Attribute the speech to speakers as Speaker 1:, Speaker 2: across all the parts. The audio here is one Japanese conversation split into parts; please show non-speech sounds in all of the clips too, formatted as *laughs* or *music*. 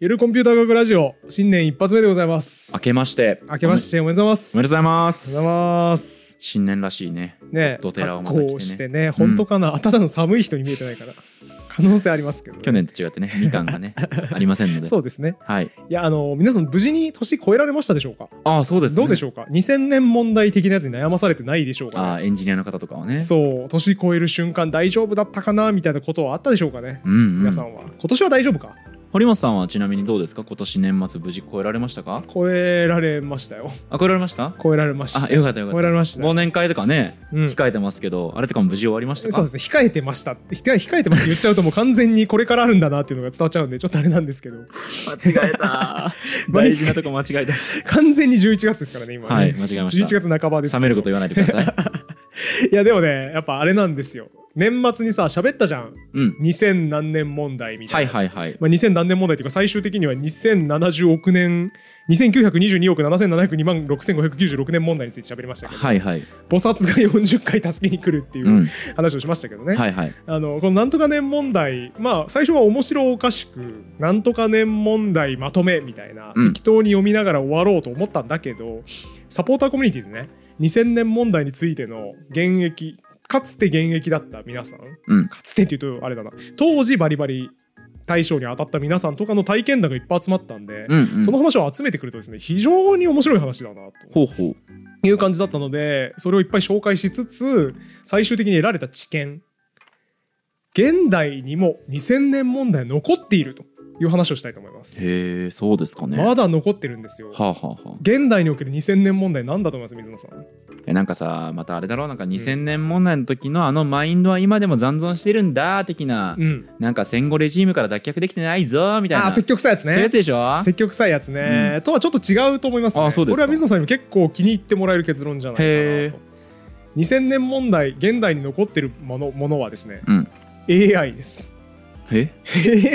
Speaker 1: ゆるコンピューター学ラジオ新年一発目でございます
Speaker 2: 明けまして
Speaker 1: 明けましておめでとうございます
Speaker 2: おめでとうございます
Speaker 1: おめでとうございます
Speaker 2: 新年らしいね
Speaker 1: ね
Speaker 2: ドテラをまた
Speaker 1: 格好
Speaker 2: 着て
Speaker 1: して
Speaker 2: ね
Speaker 1: ね本当かな、ただの寒い人に見えてないから可能性ありますけど、
Speaker 2: 去年と違っ
Speaker 1: *laughs*
Speaker 2: てねみかんがねありませんので
Speaker 1: そうですね
Speaker 2: はい
Speaker 1: いやあの皆さん無事に年超えられましたでしょうか
Speaker 2: ああそうです、ね、
Speaker 1: どうでし
Speaker 2: ょう
Speaker 1: ょうか2000年問題的なやつに悩まされてないでしょうか、ね、
Speaker 2: ああエンジニアの方とかはね
Speaker 1: そう年超える瞬間大丈夫だったかなみたいなことはあったでしょうかね、
Speaker 2: うん、うん、
Speaker 1: 皆さんは今年は大丈夫か
Speaker 2: 堀本さんはちなみにどうですか今年年末無事超えられましたか
Speaker 1: 超えられましたよ
Speaker 2: あ超えられました
Speaker 1: 超えられました
Speaker 2: あよかったよか
Speaker 1: 超
Speaker 2: っ
Speaker 1: え
Speaker 2: た
Speaker 1: られました
Speaker 2: 忘年会とかね、
Speaker 1: うん
Speaker 2: 控えてますけどあれとかも無事終わりましたか
Speaker 1: そうですね控えてましたって控え控えてますって言っちゃうともう完全にこれからあるんだなっていうのが伝わっちゃうんでちょっとあれなんですけど *laughs*
Speaker 2: 間違えた大事なとこ間違えた
Speaker 1: 完全に11月ですからね今ね、
Speaker 2: はい間違えました
Speaker 1: 11月半ばですけど
Speaker 2: 冷めること言わないでくださ
Speaker 1: *laughs*
Speaker 2: い
Speaker 1: いやでもねやっぱあれなんですよ年末にさ喋ったじゃん
Speaker 2: うん
Speaker 1: 2000何年問題みた
Speaker 2: はいい
Speaker 1: なやつ
Speaker 2: はいはい
Speaker 1: まあ、2000何年問題というか最終的には2070億年2922億7702万6596年問題について喋りましたけど、
Speaker 2: はいはい
Speaker 1: 菩薩が40回助けに来るっていううん話をしましたけどね、
Speaker 2: はいはい
Speaker 1: あのこのなんとか年問題まあ最初は面白おかしくなんとか年問題まとめみたいな、
Speaker 2: うん
Speaker 1: 適当に読みながら終わろうと思ったんだけどサポーターコミュニティでね2000年問題についての現役かつて現役だった皆さん
Speaker 2: うん
Speaker 1: かつてっていうとあれだな当時バリバリ大賞に当たった皆さんとかの体験談がいっぱい集まったんで、
Speaker 2: うん、うん、
Speaker 1: その話を集めてくるとですね非常に面白い話だなと
Speaker 2: ほうほう
Speaker 1: いう感じだったのでそれをいっぱい紹介しつつ最終的に得られた知見現代にも2000年問題残っているという話をしたいと思います、
Speaker 2: へえそうですかね
Speaker 1: まだ残ってるんですよ
Speaker 2: はあはあはあ
Speaker 1: 現代における2000年問題なんだと思います水野さん
Speaker 2: えなんかさまたあれだろうなんか2000年問題の時のあのマインドは今でも残存してるんだ的な、
Speaker 1: うん
Speaker 2: なんか戦後レジームから脱却できてないぞみたいな
Speaker 1: あー積極臭いやつ
Speaker 2: そういうや
Speaker 1: ね
Speaker 2: つでしょ
Speaker 1: 積極臭いやつね、とはちょっと違うと思いますね
Speaker 2: あそうですか
Speaker 1: これは水野さんにも結構気に入ってもらえる結論じゃないか
Speaker 2: へ
Speaker 1: な
Speaker 2: ー
Speaker 1: と2000年問題現代に残ってるものものはですね
Speaker 2: うん
Speaker 1: AI です
Speaker 2: え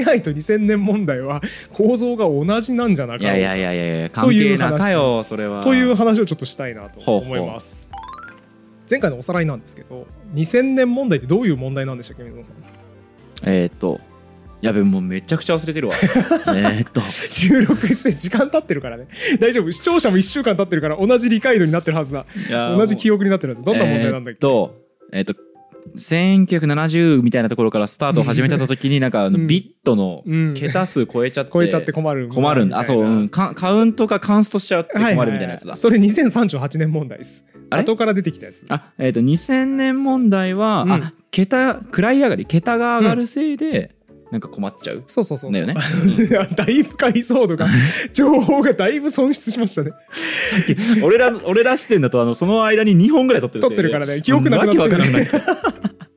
Speaker 1: AI と2000年問題は構造が同じなんじゃないかろ
Speaker 2: や
Speaker 1: う
Speaker 2: いやいやいやいや関係なかよそれは
Speaker 1: という話をちょっとしたいなと
Speaker 2: ほう
Speaker 1: 思います前回のおさらいなんですけど2000年問題ってどういう問題なんでしたっけ水野さん *laughs*
Speaker 2: えーっとやべもうめちゃくちゃ忘
Speaker 1: *laughs*
Speaker 2: れてるわえーっと
Speaker 1: 収録して時間経ってるからね *laughs* 大丈夫視聴者も1週間経ってるから同じ理解度になってるはずだ
Speaker 2: いやー
Speaker 1: 同じ記憶になってるはずどんな問題なんだっ
Speaker 2: えーっ
Speaker 1: け、
Speaker 2: とえーっと1970みたいなところからスタートを始めちゃった時になんかあの
Speaker 1: うん
Speaker 2: ビットの
Speaker 1: うん
Speaker 2: 桁数超えちゃって
Speaker 1: 超えちゃって困る
Speaker 2: 困るんだ。あ、そう、うん
Speaker 1: み
Speaker 2: カカウントかカンストしちゃうって
Speaker 1: たいな
Speaker 2: 困るみたいなやつ
Speaker 1: は
Speaker 2: だ
Speaker 1: は。それ2038年問題です
Speaker 2: あれ
Speaker 1: 後から出てきたやつ
Speaker 2: あ、えっ、と、2000年問題は、
Speaker 1: うん
Speaker 2: あ、桁、暗い上がり、桁が上がるせいで、なんか困っちゃう。
Speaker 1: そうそうそうそう
Speaker 2: だよね
Speaker 1: *laughs* だいぶ解像
Speaker 2: *laughs*
Speaker 1: 度が情報がだいぶ損失しましたね
Speaker 2: 俺ら、俺ら視点だと、あの、その間に2本ぐらい撮ってる
Speaker 1: 撮ってるからね記憶なくなって
Speaker 2: る。
Speaker 1: る
Speaker 2: わけ
Speaker 1: *laughs*
Speaker 2: わからんない。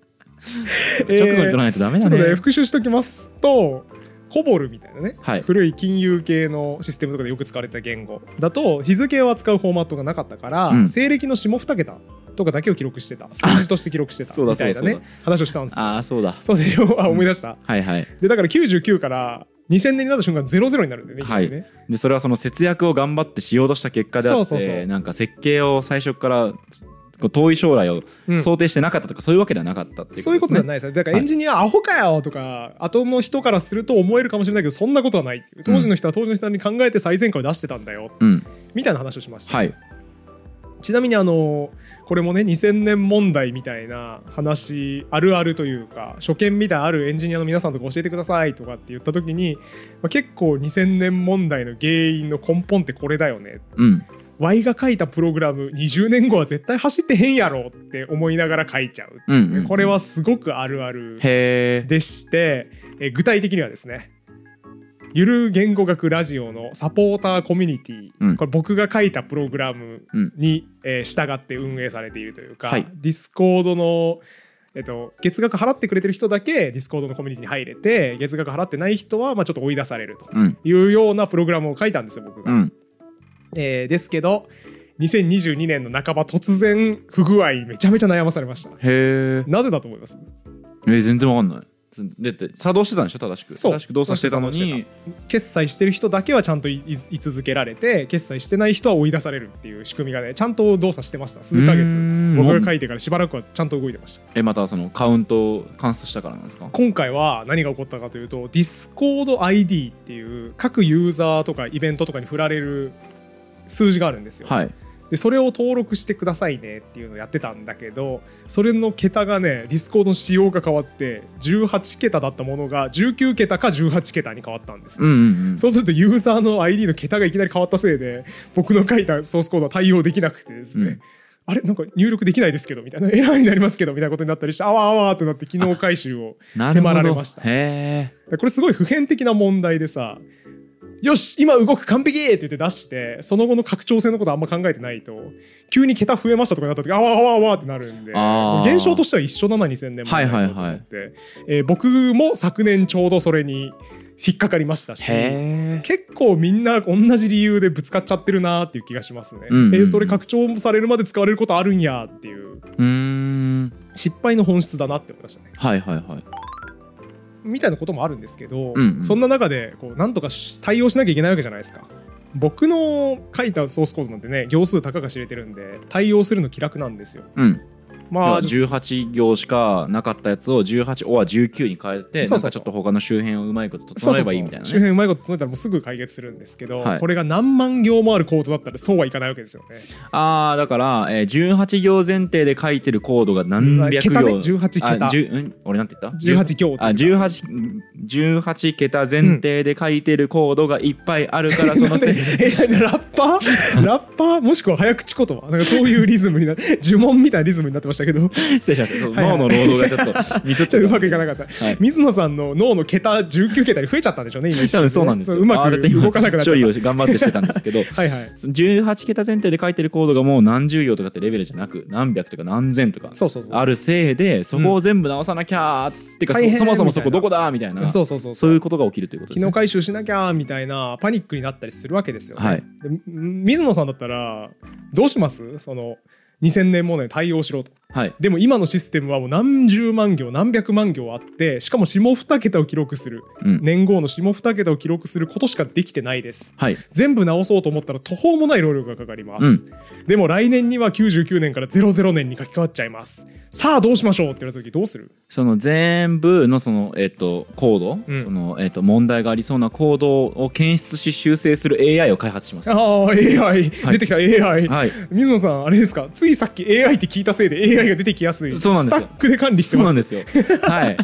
Speaker 2: 直後に撮らないとダメ
Speaker 1: ちょ
Speaker 2: だ
Speaker 1: っと
Speaker 2: ね。
Speaker 1: ね、復習しときますと、コボルみたいなね、
Speaker 2: はい
Speaker 1: 古い金融系のシステムとかでよく使われてた言語だと、日付を扱うフォーマットがなかったから、
Speaker 2: うん
Speaker 1: 西暦の下2桁とかだけを記録してた、数字として記録してた
Speaker 2: そうだ
Speaker 1: みたいなね
Speaker 2: そうだそう、
Speaker 1: 話をしたんですよ。
Speaker 2: ああ、そうだ。
Speaker 1: そうでしょ、あ、思い出した。
Speaker 2: はいはい。
Speaker 1: で、だから99から2000年になった瞬間、00になるんだよね、
Speaker 2: はい
Speaker 1: きなりね
Speaker 2: で、それはその節約を頑張ってしようとした結果であって、
Speaker 1: そうそうそう
Speaker 2: なんか設計を最初から、こう遠い将来を
Speaker 1: うん
Speaker 2: 想定してなかったとか、そういうわけではなかったっていうことです、ね。
Speaker 1: そういうことではないですよ。だからエンジニアアホかよとか、後の人からすると思えるかもしれないけど、そんなことはないっていう。当時の人は当時の人に考えて最善解を出してたんだよ、
Speaker 2: うん。
Speaker 1: みたいな話をしました。
Speaker 2: はい。
Speaker 1: ちなみにあのこれもね2000年問題みたいな話あるあるというか初見みたいなあるエンジニアの皆さんとか教えてくださいとかって言った時に、まあ、結構2000年問題の原因の根本ってこれだよね
Speaker 2: うん。
Speaker 1: Y が書いたプログラム20年後は絶対走ってへんやろって思いながら書いちゃう、
Speaker 2: うんうんうん
Speaker 1: これはすごくあるある
Speaker 2: へえ。
Speaker 1: でして、えー具体的にはですねゆる言語学ラジオのサポーターコミュニティ、
Speaker 2: うん
Speaker 1: これ僕が書いたプログラムに、えー従って運営されているというか、
Speaker 2: はい
Speaker 1: ディスコードの、えっと、月額払ってくれてる人だけディスコードのコミュニティに入れて月額払ってない人は、まあ、ちょっと追い出されると
Speaker 2: うん。
Speaker 1: いうようなプログラムを書いたんですよ僕が。
Speaker 2: うん。
Speaker 1: えーですけど2022年の半ば突然不具合にめちゃめちゃ悩まされました。
Speaker 2: へえ。
Speaker 1: なぜだと思います
Speaker 2: えー全然わかんない。そでって作動してたんでしょ正しく
Speaker 1: そう
Speaker 2: 正しく動作してたのに
Speaker 1: 決済してる人だけはちゃんといいい続けられて決済してない人は追い出されるっていう仕組みがねちゃんと動作してました数ヶ
Speaker 2: うー
Speaker 1: 月
Speaker 2: ん
Speaker 1: 僕が書いてからしばらくはちゃんと動いてました
Speaker 2: えまたそのカウントを観察したからなんですか
Speaker 1: 今回は何が起こったかというと DiscordID っていう各ユーザーとかイベントとかに振られる数字があるんですよ、
Speaker 2: はい
Speaker 1: でそれを登録してくださいねっていうのをやってたんだけどそれの桁がねディスコードの仕様が変わって18桁だったものが19桁か18桁に変わったんです、
Speaker 2: うんうんうん
Speaker 1: そうするとユーザーの ID の桁がいきなり変わったせいで僕の書いたソースコードは対応できなくてですね、
Speaker 2: うん
Speaker 1: あれなんか入力できないですけどみたいなエラーになりますけどみたいなことになったりしてあ *laughs* わあわってなって機能回収を
Speaker 2: なるほど
Speaker 1: 迫られました
Speaker 2: へ
Speaker 1: これすごい普遍的な問題でさよし今動く完璧って言って出してその後の拡張性のことあんま考えてないと急に桁増えましたとかになった時あわあわあわってなるんで
Speaker 2: あー
Speaker 1: 現象としては一緒だな2000年も
Speaker 2: はいはいはい
Speaker 1: えー僕も昨年ちょうどそれに引っかかりましたし
Speaker 2: えへえ
Speaker 1: 結構みんな同じ理由でぶつかっちゃってるなーっていう気がしますね、
Speaker 2: うんうんうん
Speaker 1: えーそれ拡張されるまで使われることあるんやっていう
Speaker 2: うーん
Speaker 1: 失敗の本質だなって思いましたね
Speaker 2: はいはいはい
Speaker 1: みたいなこともあるんですけど、
Speaker 2: うんうん
Speaker 1: そんな中でこうなんとかし対応しなきゃいけないわけじゃないですか僕の書いたソースコードなんてね行数たかが知れてるんで対応するの気楽なんですよ
Speaker 2: うん要
Speaker 1: まあ
Speaker 2: は18行しかなかったやつを18オア19に変えて
Speaker 1: そ
Speaker 2: な
Speaker 1: うんそうそう
Speaker 2: かちょっと他の周辺をうまいこと
Speaker 1: そうそ
Speaker 2: 整え
Speaker 1: う
Speaker 2: れ
Speaker 1: そ
Speaker 2: ば
Speaker 1: う
Speaker 2: いいみたいな
Speaker 1: 周
Speaker 2: ね
Speaker 1: 辺うまいこと整えたらもうすぐ解決するんですけど、
Speaker 2: はい
Speaker 1: これが何万行もあるコードだったらそうはいかないわけですよね。
Speaker 2: ああだから、えー、18行前提で書いてるコードが何百行
Speaker 1: 桁ね18桁
Speaker 2: あじゅうん俺なんて言った
Speaker 1: 18行
Speaker 2: あ18 18桁前提で書いてるコードがいっぱいあるから、そのせい
Speaker 1: えラッパー *laughs* ラッパーもしくは早口言葉なんかそういうリズムになって呪文みたいなリズムになってましたけど
Speaker 2: *laughs* 失礼しましたそう
Speaker 1: はいはい
Speaker 2: 脳の労働がちょっとミスっ
Speaker 1: ち
Speaker 2: ち
Speaker 1: ょ
Speaker 2: ゃ
Speaker 1: っとう
Speaker 2: った
Speaker 1: まくいかなかった、
Speaker 2: はい
Speaker 1: 水野さんの脳の桁19桁に増えちゃったんでしょうね今一瞬
Speaker 2: 多分 *laughs* そうなんですよ
Speaker 1: うま
Speaker 2: あーだって
Speaker 1: く
Speaker 2: 今
Speaker 1: 動かなくなっちゃ
Speaker 2: 処理
Speaker 1: っ
Speaker 2: を頑張ってしてたんですけど
Speaker 1: たはいはい
Speaker 2: その18桁前提で書いてるコードがもう何十行とかってレベルじゃなく何百とか何千とか
Speaker 1: そうそうそう
Speaker 2: あるせいでそこを全部直さなきゃーってか
Speaker 1: 大変
Speaker 2: そそもそもそ
Speaker 1: み
Speaker 2: こ
Speaker 1: たいな
Speaker 2: どこだーみたいな
Speaker 1: そうそうそう
Speaker 2: そういうことが起きるということで
Speaker 1: 機
Speaker 2: す
Speaker 1: 能
Speaker 2: ね。
Speaker 1: 回収しなきゃみたいなパニックになったりするわけですよね、
Speaker 2: はい
Speaker 1: でん水野さんだったらどうしますその2000年もね対応しろと
Speaker 2: はい
Speaker 1: でも今のシステムはもう何十万行何百万行あってしかも下2桁を記録する
Speaker 2: うん
Speaker 1: 年号の下2桁を記録することしかできてないです
Speaker 2: はい
Speaker 1: 全部直そうと思ったら途方もない労力がかかります、
Speaker 2: うん
Speaker 1: でも来年には99年から00年に書き換わっちゃいますさあどうしましょうって言われた時どうする
Speaker 2: その全部のそのえっとコード、
Speaker 1: うん
Speaker 2: そのえっと問題がありそうなコードを検出し修正する AI を開発します。は
Speaker 1: ああ AI、
Speaker 2: い
Speaker 1: 出てきた AI、
Speaker 2: い。
Speaker 1: 水野さんあれですかついさっき AI って聞いたせいで AI が出てきやすい
Speaker 2: そうなんですよ
Speaker 1: スタックで管理して
Speaker 2: そう
Speaker 1: ま
Speaker 2: な
Speaker 1: す
Speaker 2: んですよ。はい。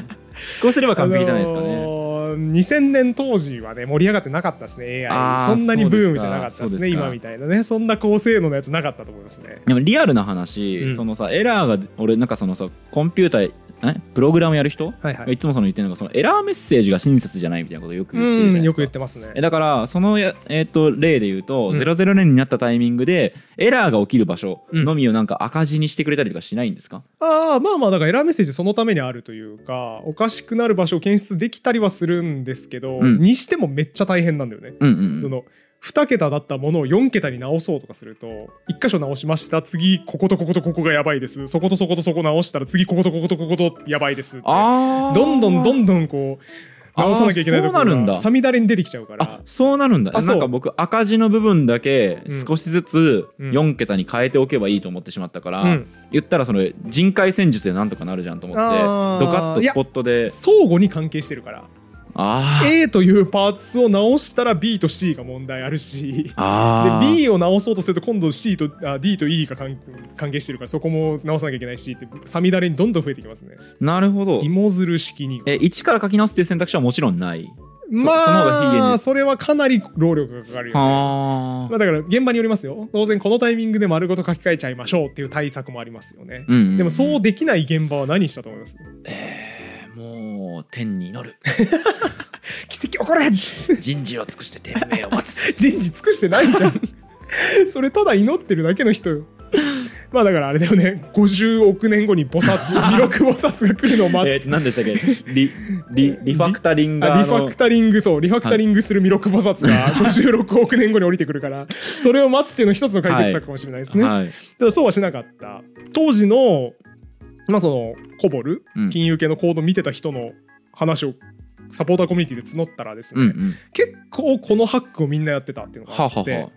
Speaker 2: こうすれば完璧じゃないですかね。
Speaker 1: あのー2000年当時はね盛り上がってなかったですね
Speaker 2: あ
Speaker 1: AI
Speaker 2: ー
Speaker 1: そんなにブームじゃなかったです
Speaker 2: そうですかそう
Speaker 1: ね
Speaker 2: ですか
Speaker 1: 今みたいなねそんな高性能なやつなかったと思いますね
Speaker 2: でもリアルな話、
Speaker 1: うん
Speaker 2: そのさエラーが俺なんかそのさコンピューターえプログラムやる人、
Speaker 1: はいはい
Speaker 2: い、つもその言ってるのがそのエラーメッセージが親切じゃないみたいなことをよく
Speaker 1: う
Speaker 2: 言ってるじゃない
Speaker 1: ん
Speaker 2: で
Speaker 1: よ
Speaker 2: す
Speaker 1: く
Speaker 2: か。
Speaker 1: 言ってますね
Speaker 2: えだからそのや、えっと例で言うと、
Speaker 1: うん
Speaker 2: 00年になったタイミングでエラーが起きる場所
Speaker 1: うん
Speaker 2: のみをなんか赤字にしてくれたりとかしないんですか、
Speaker 1: ああまあまあだからエラーメッセージそのためにあるというかおかしくなる場所を検出できたりはするんですけど、
Speaker 2: うん
Speaker 1: にしてもめっちゃ大変なんだよね、
Speaker 2: うん、うんうん
Speaker 1: その2桁だったものを4桁に直そうとかすると1箇所直しました次こことこことここがやばいですそことそことそこ直したら次こことこことこことやばいですって
Speaker 2: あー
Speaker 1: どんどんどんどんこう直さなきゃいけないとこ
Speaker 2: あーそうなる
Speaker 1: ろ
Speaker 2: んだ
Speaker 1: がさみだれに出てきちゃうか
Speaker 2: あ
Speaker 1: ら
Speaker 2: そうなるんだ
Speaker 1: あ
Speaker 2: な
Speaker 1: そうん
Speaker 2: か僕赤字の部分だけ
Speaker 1: うん
Speaker 2: 少しずつ
Speaker 1: うん
Speaker 2: 4桁に変えておけばいいと思ってしまったから、
Speaker 1: うん
Speaker 2: 言ったらそれ人海戦術でなんとかなるじゃんと思って
Speaker 1: あー
Speaker 2: ドカッとスポットで
Speaker 1: 相互に関係してるから
Speaker 2: あー
Speaker 1: A というパーツを直したら B と C が問題あるし
Speaker 2: あ
Speaker 1: で
Speaker 2: ー
Speaker 1: B を直そうとすると今度 C とあ D と E が関関係してるからそこも直さなきゃいけないしってさみだれにどんどん増えてきますね
Speaker 2: なるほど
Speaker 1: 芋づる式に
Speaker 2: え1から書き直すっていう選択肢はもちろんないその方が非現
Speaker 1: まあ
Speaker 2: 実
Speaker 1: それはかなり労力がかかるよねま
Speaker 2: は
Speaker 1: あ、だから現場によりますよ当然このタイミングで丸ごと書き換えちゃいましょうっていう対策もありますよね、
Speaker 2: あ、うんんん
Speaker 1: でもそうできない現場は何したと思います
Speaker 2: もう天に *laughs* 祈る
Speaker 1: 奇跡起これ
Speaker 2: 人事を尽くして天命を待つ
Speaker 1: *laughs* 人事尽くしてないじゃんそれただ祈ってるだけの人よまあだからあれだよね50億年後に菩薩弥勒菩薩が来るのを待
Speaker 2: *laughs* えー
Speaker 1: つ、
Speaker 2: と何でしたっけリリリファクタリング
Speaker 1: あリファクタリングそうリファクタリングする弥勒菩薩が56億年後に降りてくるからそれを待つっていうのは一つの解決策かもしれないですね、
Speaker 2: はい、
Speaker 1: ただそうはしなかった当時のまあそのコボル
Speaker 2: うん
Speaker 1: 金融系のコード見てた人の話をサポーターコミュニティで募ったらです
Speaker 2: う
Speaker 1: ね、
Speaker 2: んうん
Speaker 1: 結構このハックをみんなやってたっていうのが
Speaker 2: は
Speaker 1: あ
Speaker 2: あ
Speaker 1: って
Speaker 2: はあは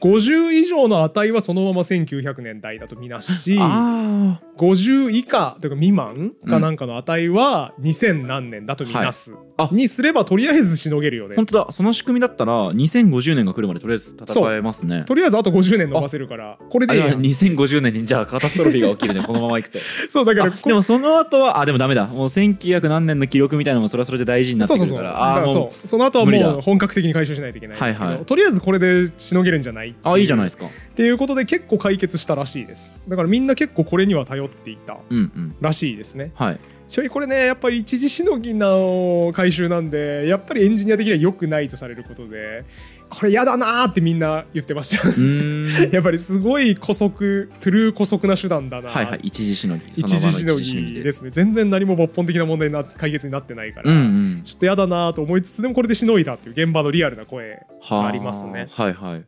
Speaker 1: 50以上の値はそのまま1900年代だとみなし
Speaker 2: ああ
Speaker 1: 50以下というか未満
Speaker 2: う
Speaker 1: か
Speaker 2: ん
Speaker 1: なんかの値は2000何年だとみなす、
Speaker 2: あ
Speaker 1: にすればとりあえずしのげるよね
Speaker 2: 本当だその仕組みだったら2050年が来るまでとりあえず戦えますね
Speaker 1: とりあえずあと50年伸ばせるからこれ
Speaker 2: あ
Speaker 1: でいい
Speaker 2: で
Speaker 1: や
Speaker 2: も
Speaker 1: ん
Speaker 2: 2050年にじゃあカタストロフィーが起きるねこのまま *laughs* いくと
Speaker 1: そうだか
Speaker 2: あ
Speaker 1: ら
Speaker 2: でもその後はあでもダメだもう1900何年の記録みたいなのもそれはそれで大事になっ
Speaker 1: そ
Speaker 2: て
Speaker 1: う
Speaker 2: く
Speaker 1: そう
Speaker 2: る
Speaker 1: そうだ
Speaker 2: から
Speaker 1: から
Speaker 2: あーもう
Speaker 1: そうその後は
Speaker 2: 無理だ
Speaker 1: もう本格的に解消しないといけないんですけど、
Speaker 2: はいはい
Speaker 1: とりあえずこれでしのげるんじゃないってう
Speaker 2: あいいじゃないですか
Speaker 1: っていうことで結構解決したらしいですだからみんな結構これには頼っていた
Speaker 2: うんうん
Speaker 1: らしいですね
Speaker 2: はい
Speaker 1: ちなみにこれねやっぱり一時しのぎの回収なんでやっぱりエンジニア的には良くないとされることでこれやだなーってみんな言ってました
Speaker 2: うー *laughs* ん
Speaker 1: やっぱりすごい姑息トゥルー姑息な手段だな、
Speaker 2: はいはい一時しのぎ
Speaker 1: 一
Speaker 2: そ
Speaker 1: 時
Speaker 2: の場
Speaker 1: しの
Speaker 2: 一時しのぎ
Speaker 1: ぎ
Speaker 2: で
Speaker 1: ですね全然何も抜本的な問題な解決になってないから、
Speaker 2: うんうん
Speaker 1: ちょっとやだなーと思いつつでもこれでしのいだっていう現場のリアルな声
Speaker 2: は
Speaker 1: ありますね
Speaker 2: はいはい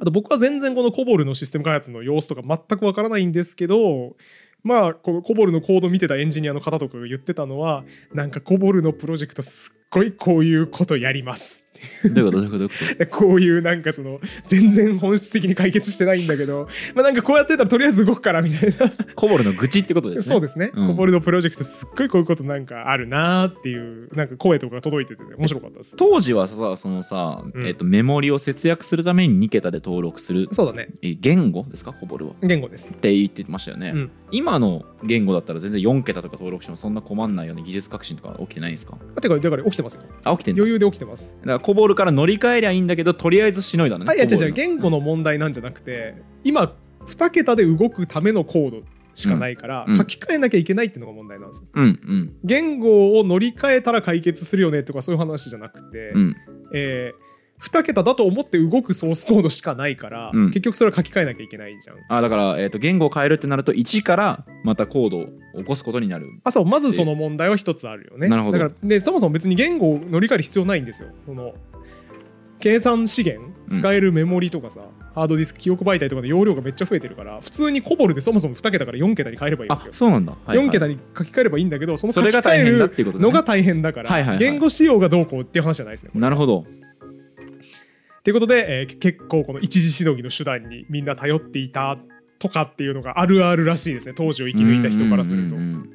Speaker 1: あと僕は全然このコボルのシステム開発の様子とか全くわからないんですけどまあこのコボルのコード見てたエンジニアの方とかが言ってたのはなんかコボルのプロジェクトすっごいこういうことやります *laughs*
Speaker 2: どういうことどういうことどういうこと
Speaker 1: でこういうなんかその全然本質的に解決してないんだけどまあなんかこうやってたらとりあえず動くからみたいな
Speaker 2: コボルの愚痴ってことですね
Speaker 1: そうですね、
Speaker 2: うん
Speaker 1: コボルのプロジェクトすっごいこういうことなんかあるなーっていうなんか声とかが届いててね面白かったです
Speaker 2: 当時はさそのさ、
Speaker 1: うん
Speaker 2: えっとメモリを節約するために2桁で登録する
Speaker 1: そうだね
Speaker 2: え言語ですかコボルはっ
Speaker 1: 言語です
Speaker 2: て言ってましたよね、
Speaker 1: うん
Speaker 2: 今の言語だったら全然4桁とか登録してもそんな困んないような技術革新とか起きてないんですか
Speaker 1: あてかだから起きてますよ
Speaker 2: あ起きてんだ
Speaker 1: 余裕で起きてます
Speaker 2: だからコボルから乗り換えりゃいいんだけどとりあえずしのいだね
Speaker 1: あいや違う違う
Speaker 2: コ
Speaker 1: 言語の問題なんじゃなくて今2桁で動くためのコードしかないから、
Speaker 2: うんうん
Speaker 1: 書き換えなきゃいけないっていうのが問題なんですよ
Speaker 2: ボルのうん
Speaker 1: 言語を乗り換えたら解決するよねとかそういう話じゃなくて、
Speaker 2: うんうん
Speaker 1: え2桁だと思って動くソースコードしかないから、
Speaker 2: うん
Speaker 1: 結局それは書き換えなきゃいけないじゃん
Speaker 2: あだから、えっと言語を変えるってなると1からまたコードを起こすことになる
Speaker 1: あそうまずその問題は一つあるよね
Speaker 2: なるほど
Speaker 1: だからでそもそも別に言語を乗り換える必要ないんですよこの計算資源使えるメモリとかさ、ハードディスク記憶媒体とかの容量がめっちゃ増えてるから普通にコボルでそもそも2桁から4桁に変えればいいわ
Speaker 2: あ
Speaker 1: けよ
Speaker 2: そうなんだ、はいはい
Speaker 1: 4桁に書き換えればいいんだけどその書
Speaker 2: そ
Speaker 1: き
Speaker 2: れ
Speaker 1: 換
Speaker 2: が
Speaker 1: え
Speaker 2: 大変だっ
Speaker 1: る
Speaker 2: ていうこと
Speaker 1: の
Speaker 2: だ、
Speaker 1: が
Speaker 2: ね、
Speaker 1: 大変だか
Speaker 2: はいはい
Speaker 1: ら
Speaker 2: はい
Speaker 1: 言語仕様がどうこうっていう話じゃないですね。
Speaker 2: なるほど
Speaker 1: っていうことで、えー結構この一時しのぎの手段にみんな頼っていたとかっていうのがあるあるらしいですね当時を生き抜いた人からすると
Speaker 2: うんう。んうんうん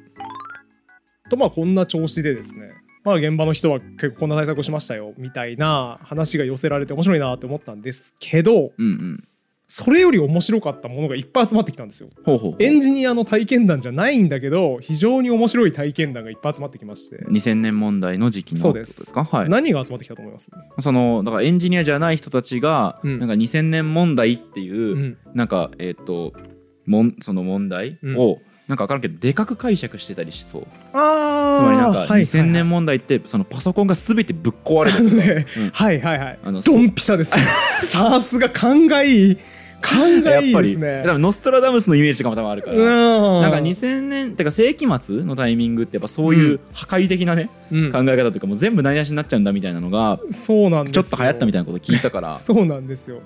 Speaker 1: とまあこんな調子でですねまあ現場の人は結構こんな対策をしましたよみたいな話が寄せられて面白いなって思ったんですけど
Speaker 2: うんうん
Speaker 1: それより面白かったものがいっぱい集まってきたんですよ。
Speaker 2: ほうほう
Speaker 1: エンジニアの体験談じゃないんだけど非常に面白い体験談がいっぱい集まってきまして。
Speaker 2: 2000年問題の時期の
Speaker 1: そうです
Speaker 2: ことですかはい
Speaker 1: 何が集まってきたと思います、
Speaker 2: そのだからエンジニアじゃない人たちが、
Speaker 1: うん
Speaker 2: なんか2000年問題っていう、
Speaker 1: うん
Speaker 2: なんかえっ、ともんその問題
Speaker 1: うん
Speaker 2: を、なんか分からんけどでかく解釈してたりしそう
Speaker 1: あー
Speaker 2: つまりなんか
Speaker 1: はいはい
Speaker 2: 2000年問題ってそのパソコンが全てぶっ壊れる
Speaker 1: ね
Speaker 2: うん
Speaker 1: はいはいはい
Speaker 2: あの
Speaker 1: ドンピシャ
Speaker 2: *laughs*
Speaker 1: ですさすが勘がいい勘が
Speaker 2: やっ
Speaker 1: いい
Speaker 2: ぱ
Speaker 1: で
Speaker 2: り
Speaker 1: すね
Speaker 2: 多分ノストラダムスのイメージとかも多分あるから、
Speaker 1: うん
Speaker 2: なんか2000年てか世紀末のタイミングってやっぱそういう破壊的なね、
Speaker 1: うん
Speaker 2: 考え方とかも全部ないなしになっちゃうんだみたいなのが
Speaker 1: そうなんです
Speaker 2: ち
Speaker 1: よ
Speaker 2: ょっと流行ったみたいなこと聞いたから
Speaker 1: そうなんですよ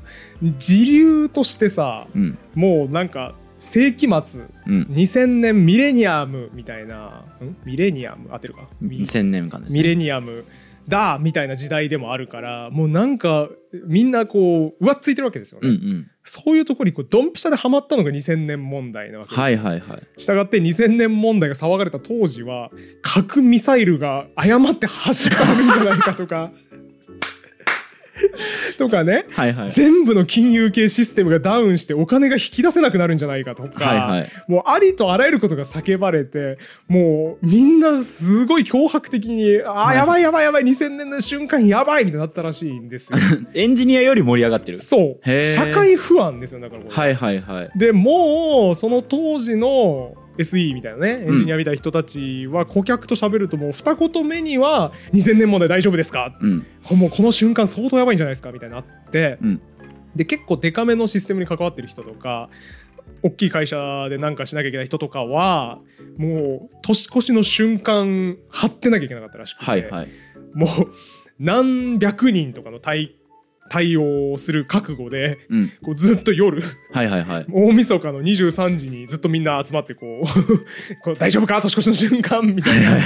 Speaker 1: 時流としてさ
Speaker 2: うん
Speaker 1: もうなんか世紀末
Speaker 2: うん
Speaker 1: 2000年ミレニアムみたいなんミレニアム合ってるかミ
Speaker 2: 2000年間です
Speaker 1: ミ
Speaker 2: ね
Speaker 1: レニアムだみたいな時代でもあるからもうなんかみんなこう上っついてるわけですよ
Speaker 2: う
Speaker 1: ね、
Speaker 2: んうん
Speaker 1: そういうところにこうドンピシャでハマったのが2000年問題なわけです、
Speaker 2: はいはいはい
Speaker 1: 従って2000年問題が騒がれた当時は核ミサイルが誤って発射されるんじゃないかとか *laughs* とかね
Speaker 2: はいはい
Speaker 1: 全部の金融系システムがダウンしてお金が引き出せなくなるんじゃないかとか、
Speaker 2: はいはい
Speaker 1: もうありとあらゆることが叫ばれてもうみんなすごい脅迫的にあ
Speaker 2: は
Speaker 1: ー
Speaker 2: い
Speaker 1: やばいやばいやばい2000年の瞬間やばいみたいになったらしいんです
Speaker 2: *laughs*
Speaker 1: よ。
Speaker 2: エンジニアより盛り上がってる
Speaker 1: そ
Speaker 2: へー
Speaker 1: う社会不安ですよだからこれ。
Speaker 2: はいはいはい
Speaker 1: でもうその当時の SE みたいなねエンジニアみたいな人たちは顧客と喋るともう二言目には「2000年問題大丈夫ですか?
Speaker 2: うん」
Speaker 1: もうこの瞬間相当やばいんじゃないですかみたいになって、
Speaker 2: うん
Speaker 1: で結構デカめのシステムに関わってる人とか大きい会社でなんかしなきゃいけない人とかはもう年越しの瞬間張ってなきゃいけなかったらしくて、
Speaker 2: はいはい
Speaker 1: もう何百人とかの大対応をする覚悟で
Speaker 2: うん
Speaker 1: こうずっと夜
Speaker 2: はいはいはい
Speaker 1: 大晦日の23時にずっとみんな集まってこう *laughs* こう大丈夫か年越しの瞬間みたいな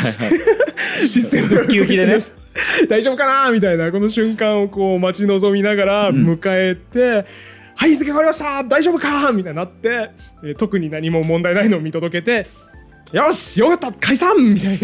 Speaker 1: システム
Speaker 2: ウキウキでね
Speaker 1: *laughs* 大丈夫かなみたいなこの瞬間をこう待ち望みながら
Speaker 2: うん
Speaker 1: 迎えて、はい日付変わりました大丈夫かみたいになって、えー特に何も問題ないのを見届けてよしよかった解散みたいに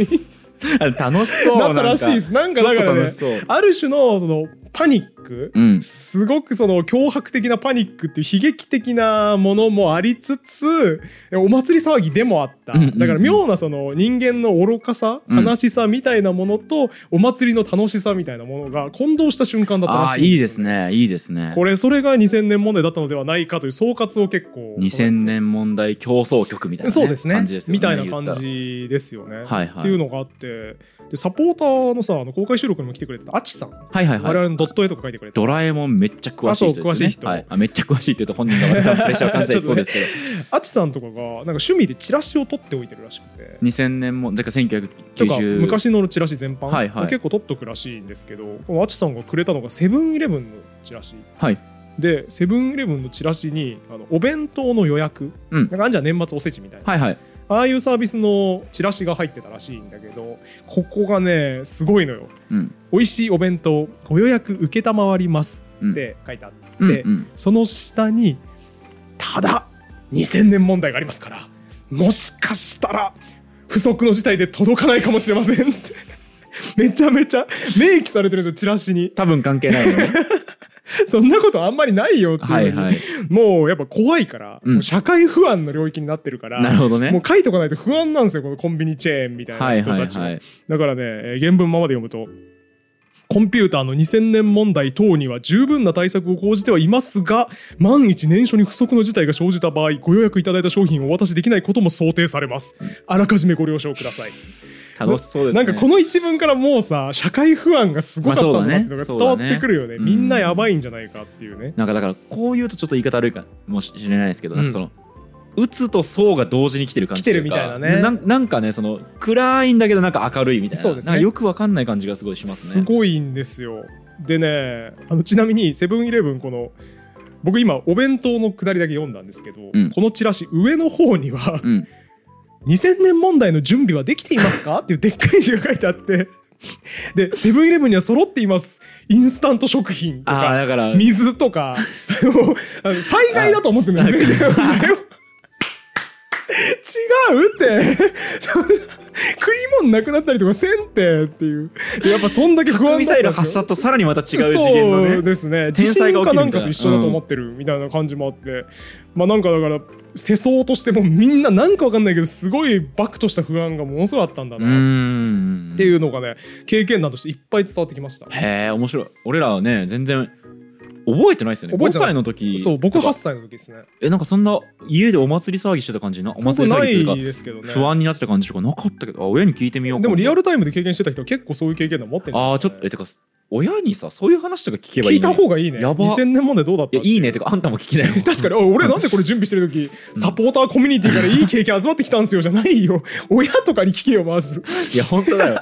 Speaker 2: あれ楽しそう
Speaker 1: なったらしいですなんかだからね
Speaker 2: ちょっと楽しそう
Speaker 1: ある種のそのパニック、
Speaker 2: うん
Speaker 1: すごくその脅迫的なパニックっていう悲劇的なものもありつつお祭り騒ぎでもあった、
Speaker 2: うんうんうん
Speaker 1: だから妙なその人間の愚かさ
Speaker 2: うん
Speaker 1: 悲しさみたいなものとお祭りの楽しさみたいなものが混同した瞬間だったら
Speaker 2: ああ
Speaker 1: し
Speaker 2: い
Speaker 1: い
Speaker 2: い
Speaker 1: ん
Speaker 2: です
Speaker 1: よ
Speaker 2: ねいいですね
Speaker 1: これそれが2000年問題だったのではないかという総括を結構
Speaker 2: 2000年問題競争曲みたいな、ね、
Speaker 1: そうですね
Speaker 2: 感じですよね
Speaker 1: みたいな感
Speaker 2: 言っ
Speaker 1: じですよね、
Speaker 2: たらはいはい
Speaker 1: っていうのがあってでサポーターのさあの公開収録にも来てくれてたアチさん、
Speaker 2: はいはいはい
Speaker 1: 我々のドット絵とか書いてくれて
Speaker 2: ドラえもんめっちゃ詳しい人ですね
Speaker 1: あそう詳しい人
Speaker 2: はい、あめっちゃ詳しいって言うと本人がまたプレッシャーを感じたりそうですけど、
Speaker 1: アチさんとかがなんか趣味でチラシを取っておいてるらしくて。
Speaker 2: 2000年もだから
Speaker 1: とか
Speaker 2: 1990
Speaker 1: 昔のチラシ全般、
Speaker 2: はいはい
Speaker 1: 結構取っとくらしいんですけどこのアチさんがくれたのがセブンイレブンのチラシ、
Speaker 2: はい
Speaker 1: でセブンイレブンのチラシにあのお弁当の予約、
Speaker 2: うん
Speaker 1: なんかあんじゃん年末おせちみたいな、
Speaker 2: はいはい
Speaker 1: ああいうサービスのチラシが入ってたらしいんだけどここがねすごいのよ
Speaker 2: うん
Speaker 1: 美味しいお弁当ご予約承ります
Speaker 2: うん
Speaker 1: って書いてあって、
Speaker 2: うんうん
Speaker 1: その下にただ2000年問題がありますからもしかしたら不測の事態で届かないかもしれませんって *laughs* めちゃめちゃ明記されてるんですよチラシに
Speaker 2: 多分関係ないよね
Speaker 1: そんなことあんまりないよっていうの
Speaker 2: は
Speaker 1: に、
Speaker 2: いはい
Speaker 1: もうやっぱ怖いから、
Speaker 2: うん
Speaker 1: もう社会不安の領域になってるから
Speaker 2: なるほど
Speaker 1: も
Speaker 2: ね
Speaker 1: う書いとかないと不安なんですよこのコンビニチェーンみたい
Speaker 2: *laughs* は
Speaker 1: ない人
Speaker 2: はい
Speaker 1: たちは
Speaker 2: はい
Speaker 1: だからね、えー原文ままで読むと、コンピューターの2000年問題等には十分な対策を講じてはいますが、万一年初に不測の事態が生じた場合、ご予約いただいた商品をお渡しできないことも想定されます。あらかじめご了承ください。
Speaker 2: 楽しそうです
Speaker 1: な
Speaker 2: ね
Speaker 1: んかこの一文からもうさ、社会不安がすごかったんだなっていうの
Speaker 2: まあ
Speaker 1: が伝
Speaker 2: そうだね
Speaker 1: わってくるよね。
Speaker 2: そうだね
Speaker 1: みんなやばいんじゃないかっていうね。
Speaker 2: なんかだからこういうとちょっと言い方悪いかもしれないですけど、
Speaker 1: うん
Speaker 2: なんかその打つと層が同時に来てる感じとうか
Speaker 1: 来てるみたいなね
Speaker 2: なんなんかねその暗いんだけどなんか明るいみたいな
Speaker 1: そうですね
Speaker 2: なんかよくわかんない感じがすごいします
Speaker 1: す
Speaker 2: ね
Speaker 1: ごいんですよ。でね、あのちなみにセブンイレブンこの僕今お弁当のくだりだけ読んだんですけど、
Speaker 2: うん
Speaker 1: このチラシ上の方には
Speaker 2: うん
Speaker 1: 2000年問題の準備はできていますかっていうでっかい字が書いてあってでセブンイレブンには揃っていますインスタント食品と
Speaker 2: ああ
Speaker 1: か
Speaker 2: だから
Speaker 1: 水とかもうあの災害だと思ってるんですよ違うって *laughs* そんな食い物なくなったりとかせんってっていうでやっぱそんだけ不安だったん
Speaker 2: ミサイル
Speaker 1: ですよ
Speaker 2: 発射とさらにまた違う次元の
Speaker 1: そう
Speaker 2: ね
Speaker 1: ですね地
Speaker 2: 天
Speaker 1: 震
Speaker 2: 才が起きるみた
Speaker 1: か
Speaker 2: いな
Speaker 1: なんかと一緒だと思ってるみたいな感じもあって、まあなんかだから世相としてもみんななんかわかんないけどすごいバクとした不安がものすごいあったんだ
Speaker 2: う
Speaker 1: なっ
Speaker 2: ーん
Speaker 1: ていうのがね経験談としていっぱい伝わってきました
Speaker 2: へえ面白い俺らはね全然覚えてないですよね
Speaker 1: 覚え
Speaker 2: 5
Speaker 1: てない
Speaker 2: 歳の時
Speaker 1: そう僕
Speaker 2: とか
Speaker 1: 8歳の時ですね
Speaker 2: えなんかそんな家でお祭り騒ぎしてた感じなお祭り騒
Speaker 1: な
Speaker 2: ぎっていうか
Speaker 1: いですけどね
Speaker 2: 不安になってた感じとかなかったけどあ親に聞いてみようか
Speaker 1: でもリアルタイムで経験してた人は結構そういう経験談持ってるんですよね
Speaker 2: ああちょっとえてか親にさそういう話とか聞けば
Speaker 1: 聞
Speaker 2: いい
Speaker 1: いた
Speaker 2: ね
Speaker 1: 方がいいね
Speaker 2: やば
Speaker 1: 2000年問題どうだっ
Speaker 2: い
Speaker 1: た
Speaker 2: やいいねってかあんたも聞きな
Speaker 1: *laughs*
Speaker 2: よ
Speaker 1: 確かにお俺なんでこれ準備してる時サポーターコミュニティからいい経験集まってきたんすよじゃない
Speaker 2: *laughs*
Speaker 1: よ親とかに聞けよまず
Speaker 2: いや本当だよ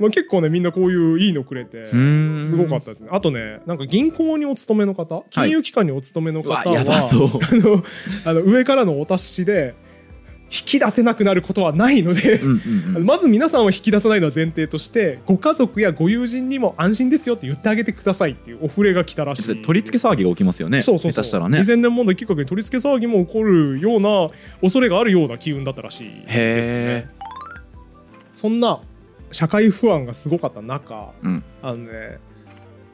Speaker 1: まあ、結構ねみんなこういういいのくれて
Speaker 2: ーん
Speaker 1: すごかったですねあとねなんか銀行にお勤めの方金融機関にお勤めの
Speaker 2: う
Speaker 1: 方は、
Speaker 2: わやばそう
Speaker 1: あのあの上からのお達しで引き出せなくなることはないの
Speaker 2: *laughs*
Speaker 1: で、
Speaker 2: うんうん
Speaker 1: あ
Speaker 2: う
Speaker 1: の
Speaker 2: ん
Speaker 1: まず皆さんは引き出さないのは前提としてご家族やご友人にも安心ですよって言ってあげてくださいっていうお触れが来たらしい
Speaker 2: 取り付け騒ぎが起きますよね
Speaker 1: そうそうそ
Speaker 2: 下
Speaker 1: う
Speaker 2: 手したらね
Speaker 1: 2000年問題きっかけに取り付け騒ぎも起こるような恐れがあるような機運だったらしいです
Speaker 2: へ
Speaker 1: ねそんな社会不安がすごかった中、
Speaker 2: うん
Speaker 1: あのね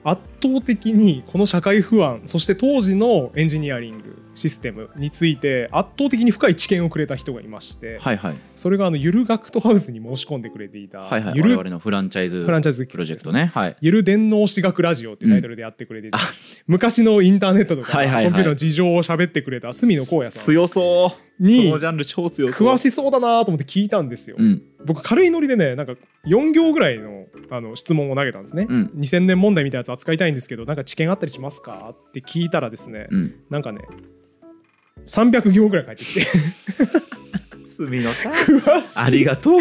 Speaker 1: 圧倒的にこの社会不安そして当時のエンジニアリングシステムについて圧倒的に深い知見をくれた人がいまして、
Speaker 2: えはいはい
Speaker 1: それがあのゆる学徒ハウスに申し込んでくれていた、
Speaker 2: はいはい
Speaker 1: ゆ
Speaker 2: 我
Speaker 1: る
Speaker 2: 々のフランチャイズ
Speaker 1: フランチャイズ
Speaker 2: プロジェクトねはい
Speaker 1: ゆる電脳私学ラジオっていうタイトルでやってくれてて、
Speaker 2: うんあ
Speaker 1: 昔のインターネットとか、
Speaker 2: はいはいはい
Speaker 1: コンピューターの事情を喋ってくれた隅野光也さん
Speaker 2: 強そう
Speaker 1: に
Speaker 2: そのジャンル超強そう
Speaker 1: 詳しそうだなと思って聞いたんですよ、
Speaker 2: うん
Speaker 1: 僕軽いノリでねなんか4行ぐらいのあの質問を投げたんですね、
Speaker 2: うん
Speaker 1: 2000年問題みたいなやつ扱いたいんですけどなんか知見あったりしますかって聞いたらですね、
Speaker 2: うん
Speaker 1: なんかね300行ぐらい返
Speaker 2: *laughs*
Speaker 1: ってきて
Speaker 2: 隅野さん
Speaker 1: 詳しい
Speaker 2: ありがとう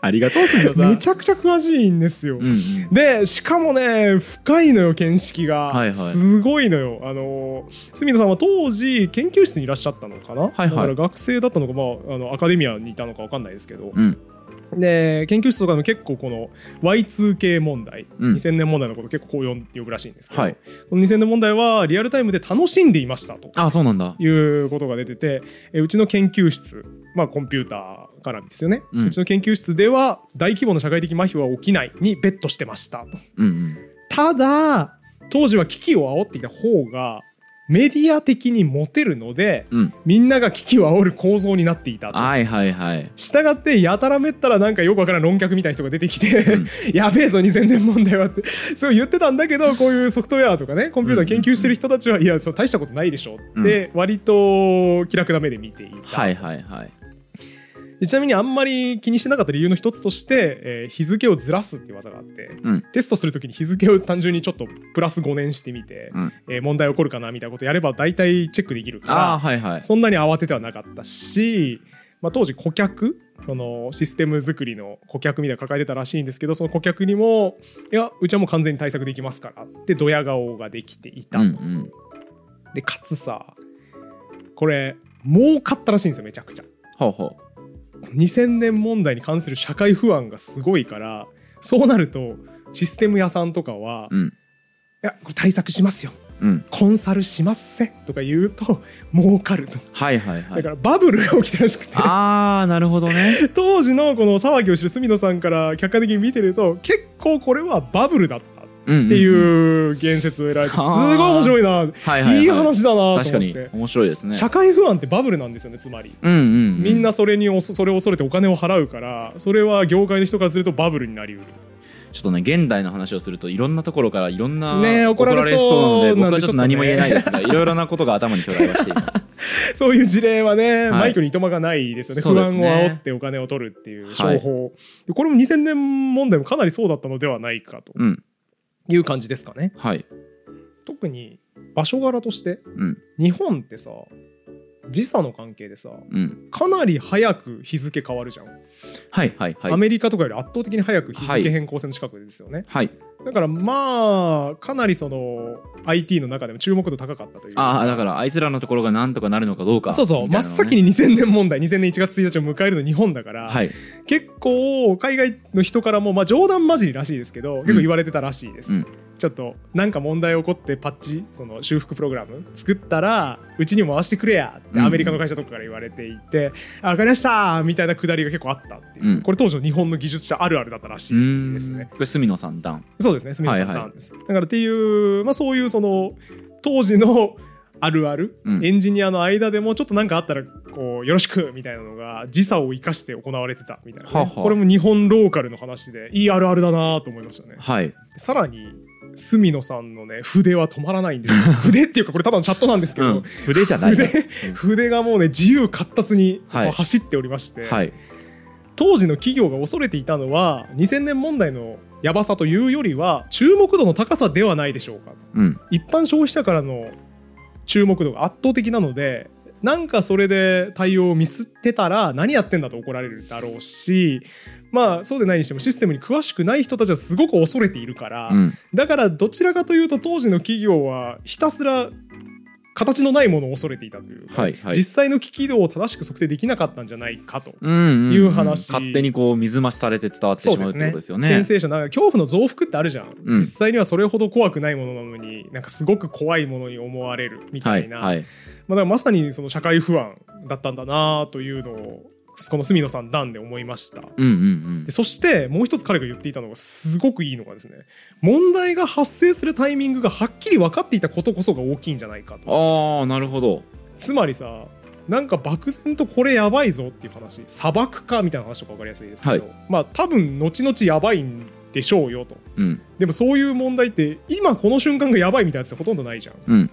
Speaker 2: ありがとうすみませ
Speaker 1: *laughs*
Speaker 2: ん
Speaker 1: めちゃくちゃ詳しいんですよ、
Speaker 2: うんうん
Speaker 1: でしかもね深いのよ見識が、
Speaker 2: はいはい
Speaker 1: すごいのよあの住野さんは当時研究室にいらっしゃったのかな、
Speaker 2: はい
Speaker 1: だから学生だったのか、まあ、あのアカデミアにいたのかわかんないですけど、
Speaker 2: うん
Speaker 1: で研究室とかでも結構この Y2K 問題、
Speaker 2: うん
Speaker 1: 2000年問題のこと結構こう呼ん呼ぶらしいんですけど、
Speaker 2: はい
Speaker 1: この2000年問題はリアルタイムで楽しんでいましたと
Speaker 2: あそうなんだ
Speaker 1: いうことが出ててえうちの研究室まあコンピューターからですよね、
Speaker 2: う
Speaker 1: うんちの研究室では大規模な社会的麻痺は起きないにベットしてましたと
Speaker 2: うんうん
Speaker 1: ただ当時は危機を煽っていた方がメディア的にモテるので
Speaker 2: うん
Speaker 1: みんなが危機を煽る構造になっていたと
Speaker 2: はいはいはい
Speaker 1: したがってやたらめったらなんかよくわからん論客みたいな人が出てきて、
Speaker 2: うん
Speaker 1: *laughs* やべえぞ2000年問題はってそう言ってたんだけどこういうソフトウェアとかねコンピューター研究してる人たちはいやそう大したことないでしょって割と気楽な目で見ていた、
Speaker 2: はいはいはい
Speaker 1: でちなみにあんまり気にしてなかった理由の一つとして、えー日付をずらすっていう技があって、
Speaker 2: うん
Speaker 1: テストするときに日付を単純にちょっとプラス5年してみて、
Speaker 2: うん
Speaker 1: えー問題起こるかなみたいなことやれば大体チェックできるから
Speaker 2: あーはいはい
Speaker 1: そんなに慌ててはなかったし、まあ、当時顧客そのシステム作りの顧客みたいなの抱えてたらしいんですけどその顧客にも「いやうちはもう完全に対策できますから」ってドヤ顔ができていた、
Speaker 2: うんうん
Speaker 1: でかつさこれ儲かったらしいんですよめちゃくちゃ
Speaker 2: ほうほう
Speaker 1: 2000年問題に関する社会不安がすごいからそうなるとシステム屋さんとかは「
Speaker 2: うん
Speaker 1: いやこれ対策しますよ
Speaker 2: うん
Speaker 1: コンサルしますせ」とか言うと儲かると、
Speaker 2: はいはいは
Speaker 1: だ
Speaker 2: い
Speaker 1: からバブルが起きたらしくて
Speaker 2: あーなるほどね
Speaker 1: 当時のこの騒ぎを知る住野さんから客観的に見てると結構これはバブルだったっ
Speaker 2: うんうんうん
Speaker 1: ていう言説を得られてす
Speaker 2: は
Speaker 1: ご
Speaker 2: あ
Speaker 1: い面白いな
Speaker 2: はいはいはい
Speaker 1: いい話だなと思っ
Speaker 2: 確かに
Speaker 1: て
Speaker 2: 面白いですね
Speaker 1: 社会不安ってバブルなんですよねつまり。
Speaker 2: うんうんう
Speaker 1: みんなそれにおそそれを恐れてお金を払うからそれは業界の人からするとバブルになりうる
Speaker 2: ちょっとね現代の話をするといろんなところからいろんな
Speaker 1: ねえ怒られそう
Speaker 2: 怒られなので僕
Speaker 1: なん
Speaker 2: は
Speaker 1: で
Speaker 2: ちょっと何も言えないですがいろいろなことが頭に捉えはしています
Speaker 1: *laughs* そういう事例はね、
Speaker 2: い
Speaker 1: マイクにいとまがないですよね
Speaker 2: そう
Speaker 1: 不
Speaker 2: です
Speaker 1: 安を
Speaker 2: ね
Speaker 1: 煽ってお金を取るっていう商法、
Speaker 2: はい
Speaker 1: これも2000年問題もかなりそうだったのではないかと
Speaker 2: うん
Speaker 1: いう感じですかね
Speaker 2: はい
Speaker 1: 特に場所柄として
Speaker 2: うん
Speaker 1: 日本ってさ時差の関係でさ
Speaker 2: うん
Speaker 1: かなり早く日付変わるじゃん、
Speaker 2: はいはいはい
Speaker 1: アメリカとかより圧倒的に早く日付変更線の近くですよね、
Speaker 2: はい
Speaker 1: だからまあかなりその IT の中でも注目度高かったという
Speaker 2: ああだからあいつらのところがなんとかなるのかどうか
Speaker 1: そうそう、
Speaker 2: みた
Speaker 1: 真
Speaker 2: い
Speaker 1: っ
Speaker 2: なのね
Speaker 1: 先に2000年問題2000年1月1日を迎えるの日本だから、
Speaker 2: はい
Speaker 1: 結構海外の人からも、まあ、冗談交じりらしいですけど結構言われてたらしいです、
Speaker 2: うん
Speaker 1: ちょっとなんか問題起こってパッチその修復プログラム作ったらうちにも回してくれやって
Speaker 2: うん
Speaker 1: アメリカの会社とかから言われていて「あ分かりました」みたいなくだりが結構あったっていう、
Speaker 2: うん
Speaker 1: これ当時の日本の技術者あるあるだったらし
Speaker 2: うー
Speaker 1: い
Speaker 2: ん
Speaker 1: ですね
Speaker 2: これ隅野さん段
Speaker 1: そうですね住吉さんの
Speaker 2: はい
Speaker 1: タ
Speaker 2: はい
Speaker 1: ーンです、だからっていう、まあ、そういうその当時のあるある、
Speaker 2: うん
Speaker 1: エンジニアの間でもちょっと何かあったらこうよろしくみたいなのが時差を生かして行われてたみたいなね、
Speaker 2: はは
Speaker 1: これも日本ローカルの話でいいあるあるだなと思いましたね
Speaker 2: はい
Speaker 1: さらに住野さんのね筆は止まらないんです
Speaker 2: *laughs*
Speaker 1: よ筆っていうかこれただのチャットなんですけ
Speaker 2: う
Speaker 1: ど、
Speaker 2: ん筆じゃないな
Speaker 1: 筆筆がもうね自由闊達に
Speaker 2: はい
Speaker 1: まあ走っておりまして、
Speaker 2: はい
Speaker 1: 当時の企業が恐れていたのは2000年問題のやばさというよりは注目度の高さではないでしょうか
Speaker 2: うん
Speaker 1: 一般消費者からの注目度が圧倒的なのでなんかそれで対応をミスってたら何やってんだと怒られるだろうしまあそうでないにしてもシステムに詳しくない人たちはすごく恐れているから、
Speaker 2: うん
Speaker 1: だからどちらかというと当時の企業はひたすら形のないものを恐れていたというか、
Speaker 2: はいはい
Speaker 1: 実際の危機度を正しく測定できなかったんじゃないかと
Speaker 2: うんうんん
Speaker 1: いう話
Speaker 2: 勝手にこう水増しされて伝わって
Speaker 1: そう
Speaker 2: し
Speaker 1: で
Speaker 2: まう
Speaker 1: す
Speaker 2: ってこ
Speaker 1: ね
Speaker 2: とですよね
Speaker 1: センセーションなんか恐怖の増幅ってあるじゃん、
Speaker 2: うん
Speaker 1: 実際にはそれほど怖くないものなのになんかすごく怖いものに思われるみたいな、
Speaker 2: はいはい
Speaker 1: まあ、だからまさにその社会不安だったんだなというのをこの住野さん段で思いました
Speaker 2: うんうんうん
Speaker 1: でそしてもう一つ彼が言っていたのがすごくいいのがですね問題が発生するタイミングがはっきり分かっていたことこそが大きいんじゃないかと
Speaker 2: ああなるほど
Speaker 1: つまりさなんか漠然とこれやばいぞっていう話砂漠かみたいな話とか分かりやすいですけど、まあ多分後々やばいんでしょうよと
Speaker 2: うん
Speaker 1: でもそういう問題って今この瞬間がやばいみたいなやつってほとんどないじゃん
Speaker 2: うん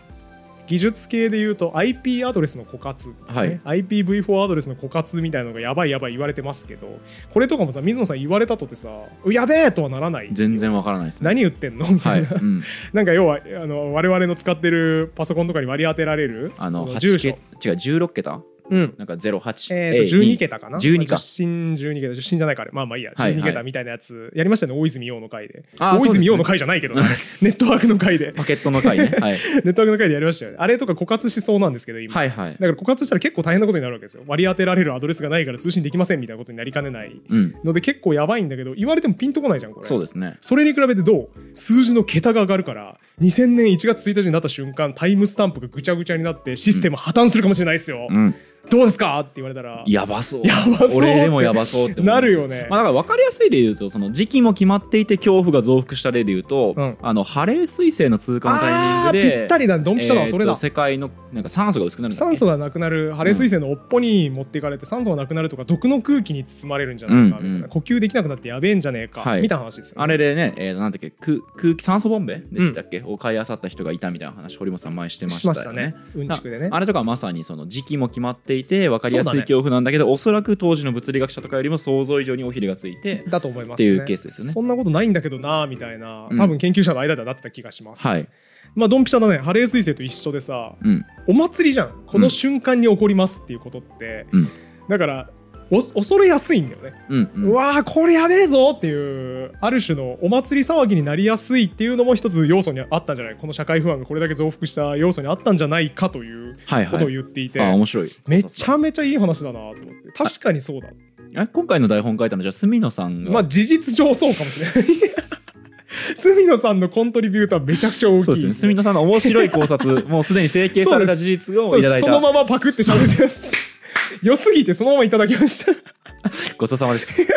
Speaker 1: 技術系で言うと IP アドレスの枯渇、
Speaker 2: はい
Speaker 1: ね IPv4 アドレスの枯渇みたいなのがやばいやばい言われてますけどこれとかもさ水野さん言われたとってさやべえとはならない
Speaker 2: 全然わからないですね
Speaker 1: 何言ってんのみた
Speaker 2: はいい、
Speaker 1: な、
Speaker 2: うん、
Speaker 1: *laughs* なんか要は *laughs* あの我々の使ってるパソコンとかに割り当てられる
Speaker 2: あの
Speaker 1: そ
Speaker 2: 8
Speaker 1: 住所
Speaker 2: 桁違う16桁
Speaker 1: うん
Speaker 2: なんか08、
Speaker 1: えー、と12
Speaker 2: A2
Speaker 1: 桁かな
Speaker 2: 12
Speaker 1: 10
Speaker 2: か
Speaker 1: 進12桁10進じゃないかあれまあまあいいや
Speaker 2: はいはい
Speaker 1: 12桁みたいなやつやりましたね大泉洋の回で
Speaker 2: あー
Speaker 1: 大
Speaker 2: そうです
Speaker 1: 泉
Speaker 2: ね
Speaker 1: 洋の回じゃない
Speaker 2: *laughs*
Speaker 1: けどねネットワークの回で
Speaker 2: パケットの回ね、
Speaker 1: *laughs*
Speaker 2: はい、
Speaker 1: ネットワークの回でやりましたよねあれとか枯渇しそうなんですけど今、
Speaker 2: はいはい
Speaker 1: だから枯渇したら結構大変なことになるわけですよ割り当てられるアドレスがないから通信できませんみたいなことになりかねない
Speaker 2: うん
Speaker 1: ので結構やばいんだけど言われてもピンとこないじゃんこれ
Speaker 2: そうですね
Speaker 1: それに比べてどう数字の桁が上がるから2000年1月1日になった瞬間タイムスタンプがぐちゃぐちゃになってシステム破綻するかもしれないですよ、
Speaker 2: うん
Speaker 1: どうですかって言われたら
Speaker 2: やばそう
Speaker 1: やばそうって
Speaker 2: 俺でもやばそうって思います
Speaker 1: なるよね
Speaker 2: まあ、だから分かりやすい例で言うとその時期も決まっていて恐怖が増幅した例で言うと、
Speaker 1: うん
Speaker 2: あのハレー彗星の通過のタイミング
Speaker 1: あー
Speaker 2: で
Speaker 1: ぴったりだドンピシャだわ
Speaker 2: えーと
Speaker 1: それだ
Speaker 2: 世界のなんか酸素が薄くなるんだっけ
Speaker 1: 酸素がなくなるハレー彗星の尾っぽに持っていかれて酸素がなくなるとか毒の空気に包まれるんじゃないかみたいな、
Speaker 2: うんうん
Speaker 1: 呼吸できなくなってやべえんじゃねえか、
Speaker 2: はい
Speaker 1: みたいな話ですよね、
Speaker 2: あれでね、えーとなんだっけ空空気酸素ボンベでしたっけ、を買い漁った人がいたみたいな話堀本さん前してま
Speaker 1: し
Speaker 2: した
Speaker 1: ま
Speaker 2: よ
Speaker 1: した
Speaker 2: ね
Speaker 1: ねうんちくでね
Speaker 2: あれとかまさにその時期も決まっていて分かりやす
Speaker 1: そ
Speaker 2: い
Speaker 1: だね
Speaker 2: う恐怖なんだけどおそらく当時の物理学者とかよりも想像以上に尾ひれがついて
Speaker 1: だと思います、
Speaker 2: っていうケースですよね
Speaker 1: そんなことないんだけどなみたいな
Speaker 2: うん
Speaker 1: 多分研究者の間ではなってた気がします、
Speaker 2: はい、
Speaker 1: まあドンピシャだねハレー彗星と一緒でさ
Speaker 2: うん、
Speaker 1: お祭りじゃんこの瞬間に起こりますっていうことって、
Speaker 2: うん
Speaker 1: だからお恐れやすいんだよね、
Speaker 2: うん
Speaker 1: う
Speaker 2: うん
Speaker 1: わーこれやべえぞっていうある種のお祭り騒ぎになりやすいっていうのも一つ要素にあったんじゃないこの社会不安がこれだけ増幅した要素にあったんじゃないかという
Speaker 2: はい
Speaker 1: ことを
Speaker 2: はい
Speaker 1: 言っていて、
Speaker 2: あ面白い
Speaker 1: めちゃめちゃいい話だなと思って確かにそうだ
Speaker 2: え今回の台本書いたのじゃあ角野さんが、
Speaker 1: まあ事実上そうかもしれない *laughs* 角野さんのコントリビュートはめちゃくちゃ大きい
Speaker 2: そうですね角野さんの面白い
Speaker 1: *laughs*
Speaker 2: 考察もうすでに整形された事実を
Speaker 1: そう
Speaker 2: い
Speaker 1: で
Speaker 2: た
Speaker 1: す
Speaker 2: だ
Speaker 1: そ
Speaker 2: い
Speaker 1: の
Speaker 2: た
Speaker 1: ままパクって喋ってます良すぎてそのままいただきました
Speaker 2: ごちそうさまです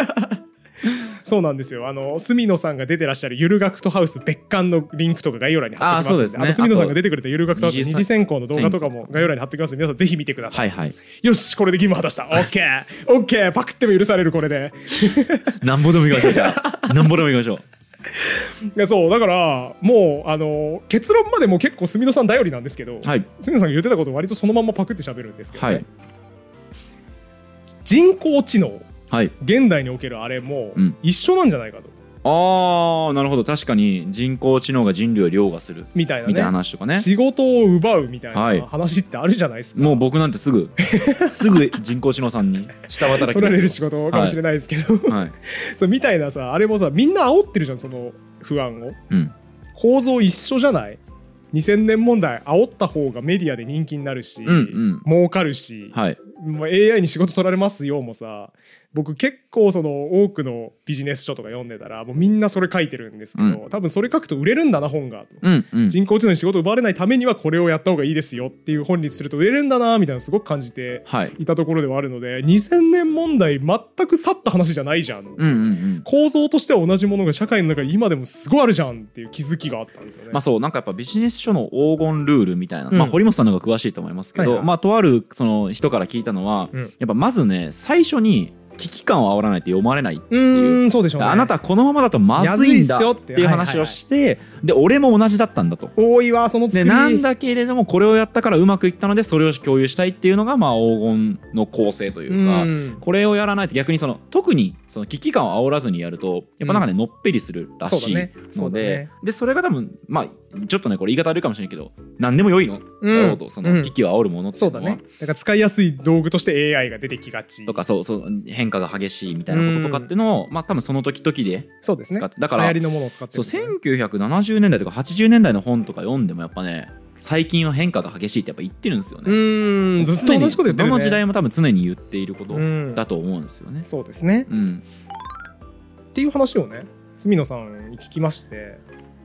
Speaker 1: そうなんですよ。あの、角野さんが出てらっしゃるゆる学徒ハウス別館のリンクとか概要欄に貼っておきますん
Speaker 2: あーそうですね
Speaker 1: あと、角野さんが出てくれたゆる学徒ハウス
Speaker 2: 二
Speaker 1: 二
Speaker 2: 次
Speaker 1: 次選考の動画とかも概要欄に貼っておきますんで、皆さんぜひ見てください。
Speaker 2: はいはい
Speaker 1: よし、これで義務果たした。オッケーオッケーパクっても許される、これ
Speaker 2: *laughs*
Speaker 1: で。
Speaker 2: なんぼでもいきましょうじゃあなんぼでもいきましょう
Speaker 1: いやそう、だから、もう、あの、結論までもう結構角野さん頼りなんですけど、
Speaker 2: はい
Speaker 1: 角野さんが言ってたことを割とそのままパクって喋るんですけど、ね
Speaker 2: はい
Speaker 1: 人工知能、
Speaker 2: はい
Speaker 1: 現代におけるあれも
Speaker 2: うん
Speaker 1: 一緒なんじゃないかと、
Speaker 2: ああなるほど確かに人工知能が人類を凌駕する
Speaker 1: みたいなね。
Speaker 2: みたいな話とかね
Speaker 1: 仕事を奪うみたい
Speaker 2: はい
Speaker 1: な話ってあるじゃないですか。
Speaker 2: もう僕なんてす
Speaker 1: *laughs*
Speaker 2: ぐすぐ人工知能さんに下働き
Speaker 1: 取られ
Speaker 2: で
Speaker 1: る
Speaker 2: す
Speaker 1: 仕
Speaker 2: よ
Speaker 1: 事かもしれないですけど、
Speaker 2: はい、
Speaker 1: *laughs* そうみたいなさあれもさみんな煽ってるじゃんその不安を
Speaker 2: うん、
Speaker 1: 構造一緒じゃない2000年問題煽った方がメディアで人気になるし、
Speaker 2: うんうん
Speaker 1: 儲かるし、
Speaker 2: はい
Speaker 1: もう AI に仕事取られますよもさ僕結構その多くのビジネス書とか読んでたらもうみんなそれ書いてるんですけど、多分それ書くと売れるんだな本が、
Speaker 2: うんうん
Speaker 1: 人工知能に仕事奪われないためにはこれをやった方がいいですよっていう本にすると売れるんだなみたいなのすごく感じて
Speaker 2: はい
Speaker 1: いたところではあるので2000年問題全く去った話じゃないじゃん、
Speaker 2: うんうんうん
Speaker 1: 構造としては同じものが社会の中に今でもすごいあるじゃんっていう気づきがあったんですよね。
Speaker 2: まあそうなんかやっぱビジネス書の黄金ルールみたいな、
Speaker 1: うん
Speaker 2: まあ堀本さんの方が詳しいと思いますけど、
Speaker 1: はいはい
Speaker 2: まあとあるその人から聞いたのは、
Speaker 1: うん
Speaker 2: やっぱまずね最初に危機感を煽らないと読まれない、
Speaker 1: うーんそうでしょうね。
Speaker 2: あなたこのままだとまずいんだ
Speaker 1: まずいっすよ
Speaker 2: っ
Speaker 1: って
Speaker 2: ていう話をして、で俺も同じだったんだと。
Speaker 1: 多いわその作
Speaker 2: で
Speaker 1: り
Speaker 2: なんだけれどもこれをやったからうまくいったのでそれを共有したいっていうのがまあ黄金の構成といううか、
Speaker 1: ん
Speaker 2: これをやらないと逆にその特にその危機感を煽らずにやるとやっぱなんかね、のっぺりするらしい
Speaker 1: そうだねそ
Speaker 2: の
Speaker 1: うだ
Speaker 2: で,、
Speaker 1: ね
Speaker 2: でそれが多分まあちょっとねこれ言い方悪いかもしれないけど何でも良いのだ
Speaker 1: うん
Speaker 2: ろうと、その危機を煽るものってい
Speaker 1: そうう
Speaker 2: の
Speaker 1: だ
Speaker 2: は、
Speaker 1: ね。だから使いやすい道具として AI が出てきがち
Speaker 2: と。かそうそう変化が激しいみたいなこととかっていうのを、まあ多分その時々で
Speaker 1: そうですね。
Speaker 2: 使ってだか
Speaker 1: 流
Speaker 2: ら
Speaker 1: 行りのものを使って
Speaker 2: そう
Speaker 1: るからね、
Speaker 2: 1970年代とか80年代の本とか読んでもやっぱね最近は変化が激しいってやっぱ言ってるんですよ
Speaker 1: う
Speaker 2: ね。
Speaker 1: ーんずっと同じこと言ってる、ね。
Speaker 2: どの時代も多分常に言っていること
Speaker 1: うん
Speaker 2: だと思うんですよね。
Speaker 1: そうですね。
Speaker 2: うん、
Speaker 1: っていう話をね角野さんに聞きまして、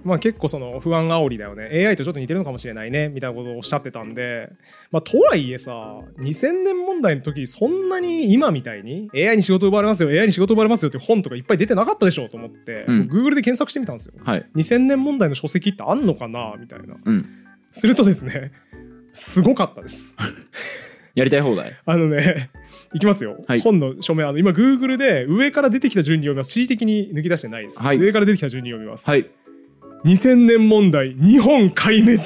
Speaker 1: まあ、結構その不安煽りだよね AI とちょっと似てるのかもしれないねみたいなことをおっしゃってたんで、まあ、とはいえさ2000年問題の時そんなに今みたいに AI に仕事奪われますよ AI に仕事奪われますよっていう本とかいっぱい出てなかったでしょと思って、
Speaker 2: うん
Speaker 1: Google で検索してみたんですよ
Speaker 2: はい、
Speaker 1: 2000年問題の書籍ってあんのかなみたいな
Speaker 2: うん、
Speaker 1: するとですねすごかったです
Speaker 2: やりたい放題
Speaker 1: あのね、 *laughs* いきますよ。
Speaker 2: はい
Speaker 1: 本の署名、あの今、Google で上から出てきた順に読みます。恣意的に抜き出してないです。
Speaker 2: はい
Speaker 1: 上から出てきた順に読みます。 *laughs*
Speaker 2: はい。
Speaker 1: 2000年問題、日本壊
Speaker 2: *laughs*
Speaker 1: 滅。
Speaker 2: い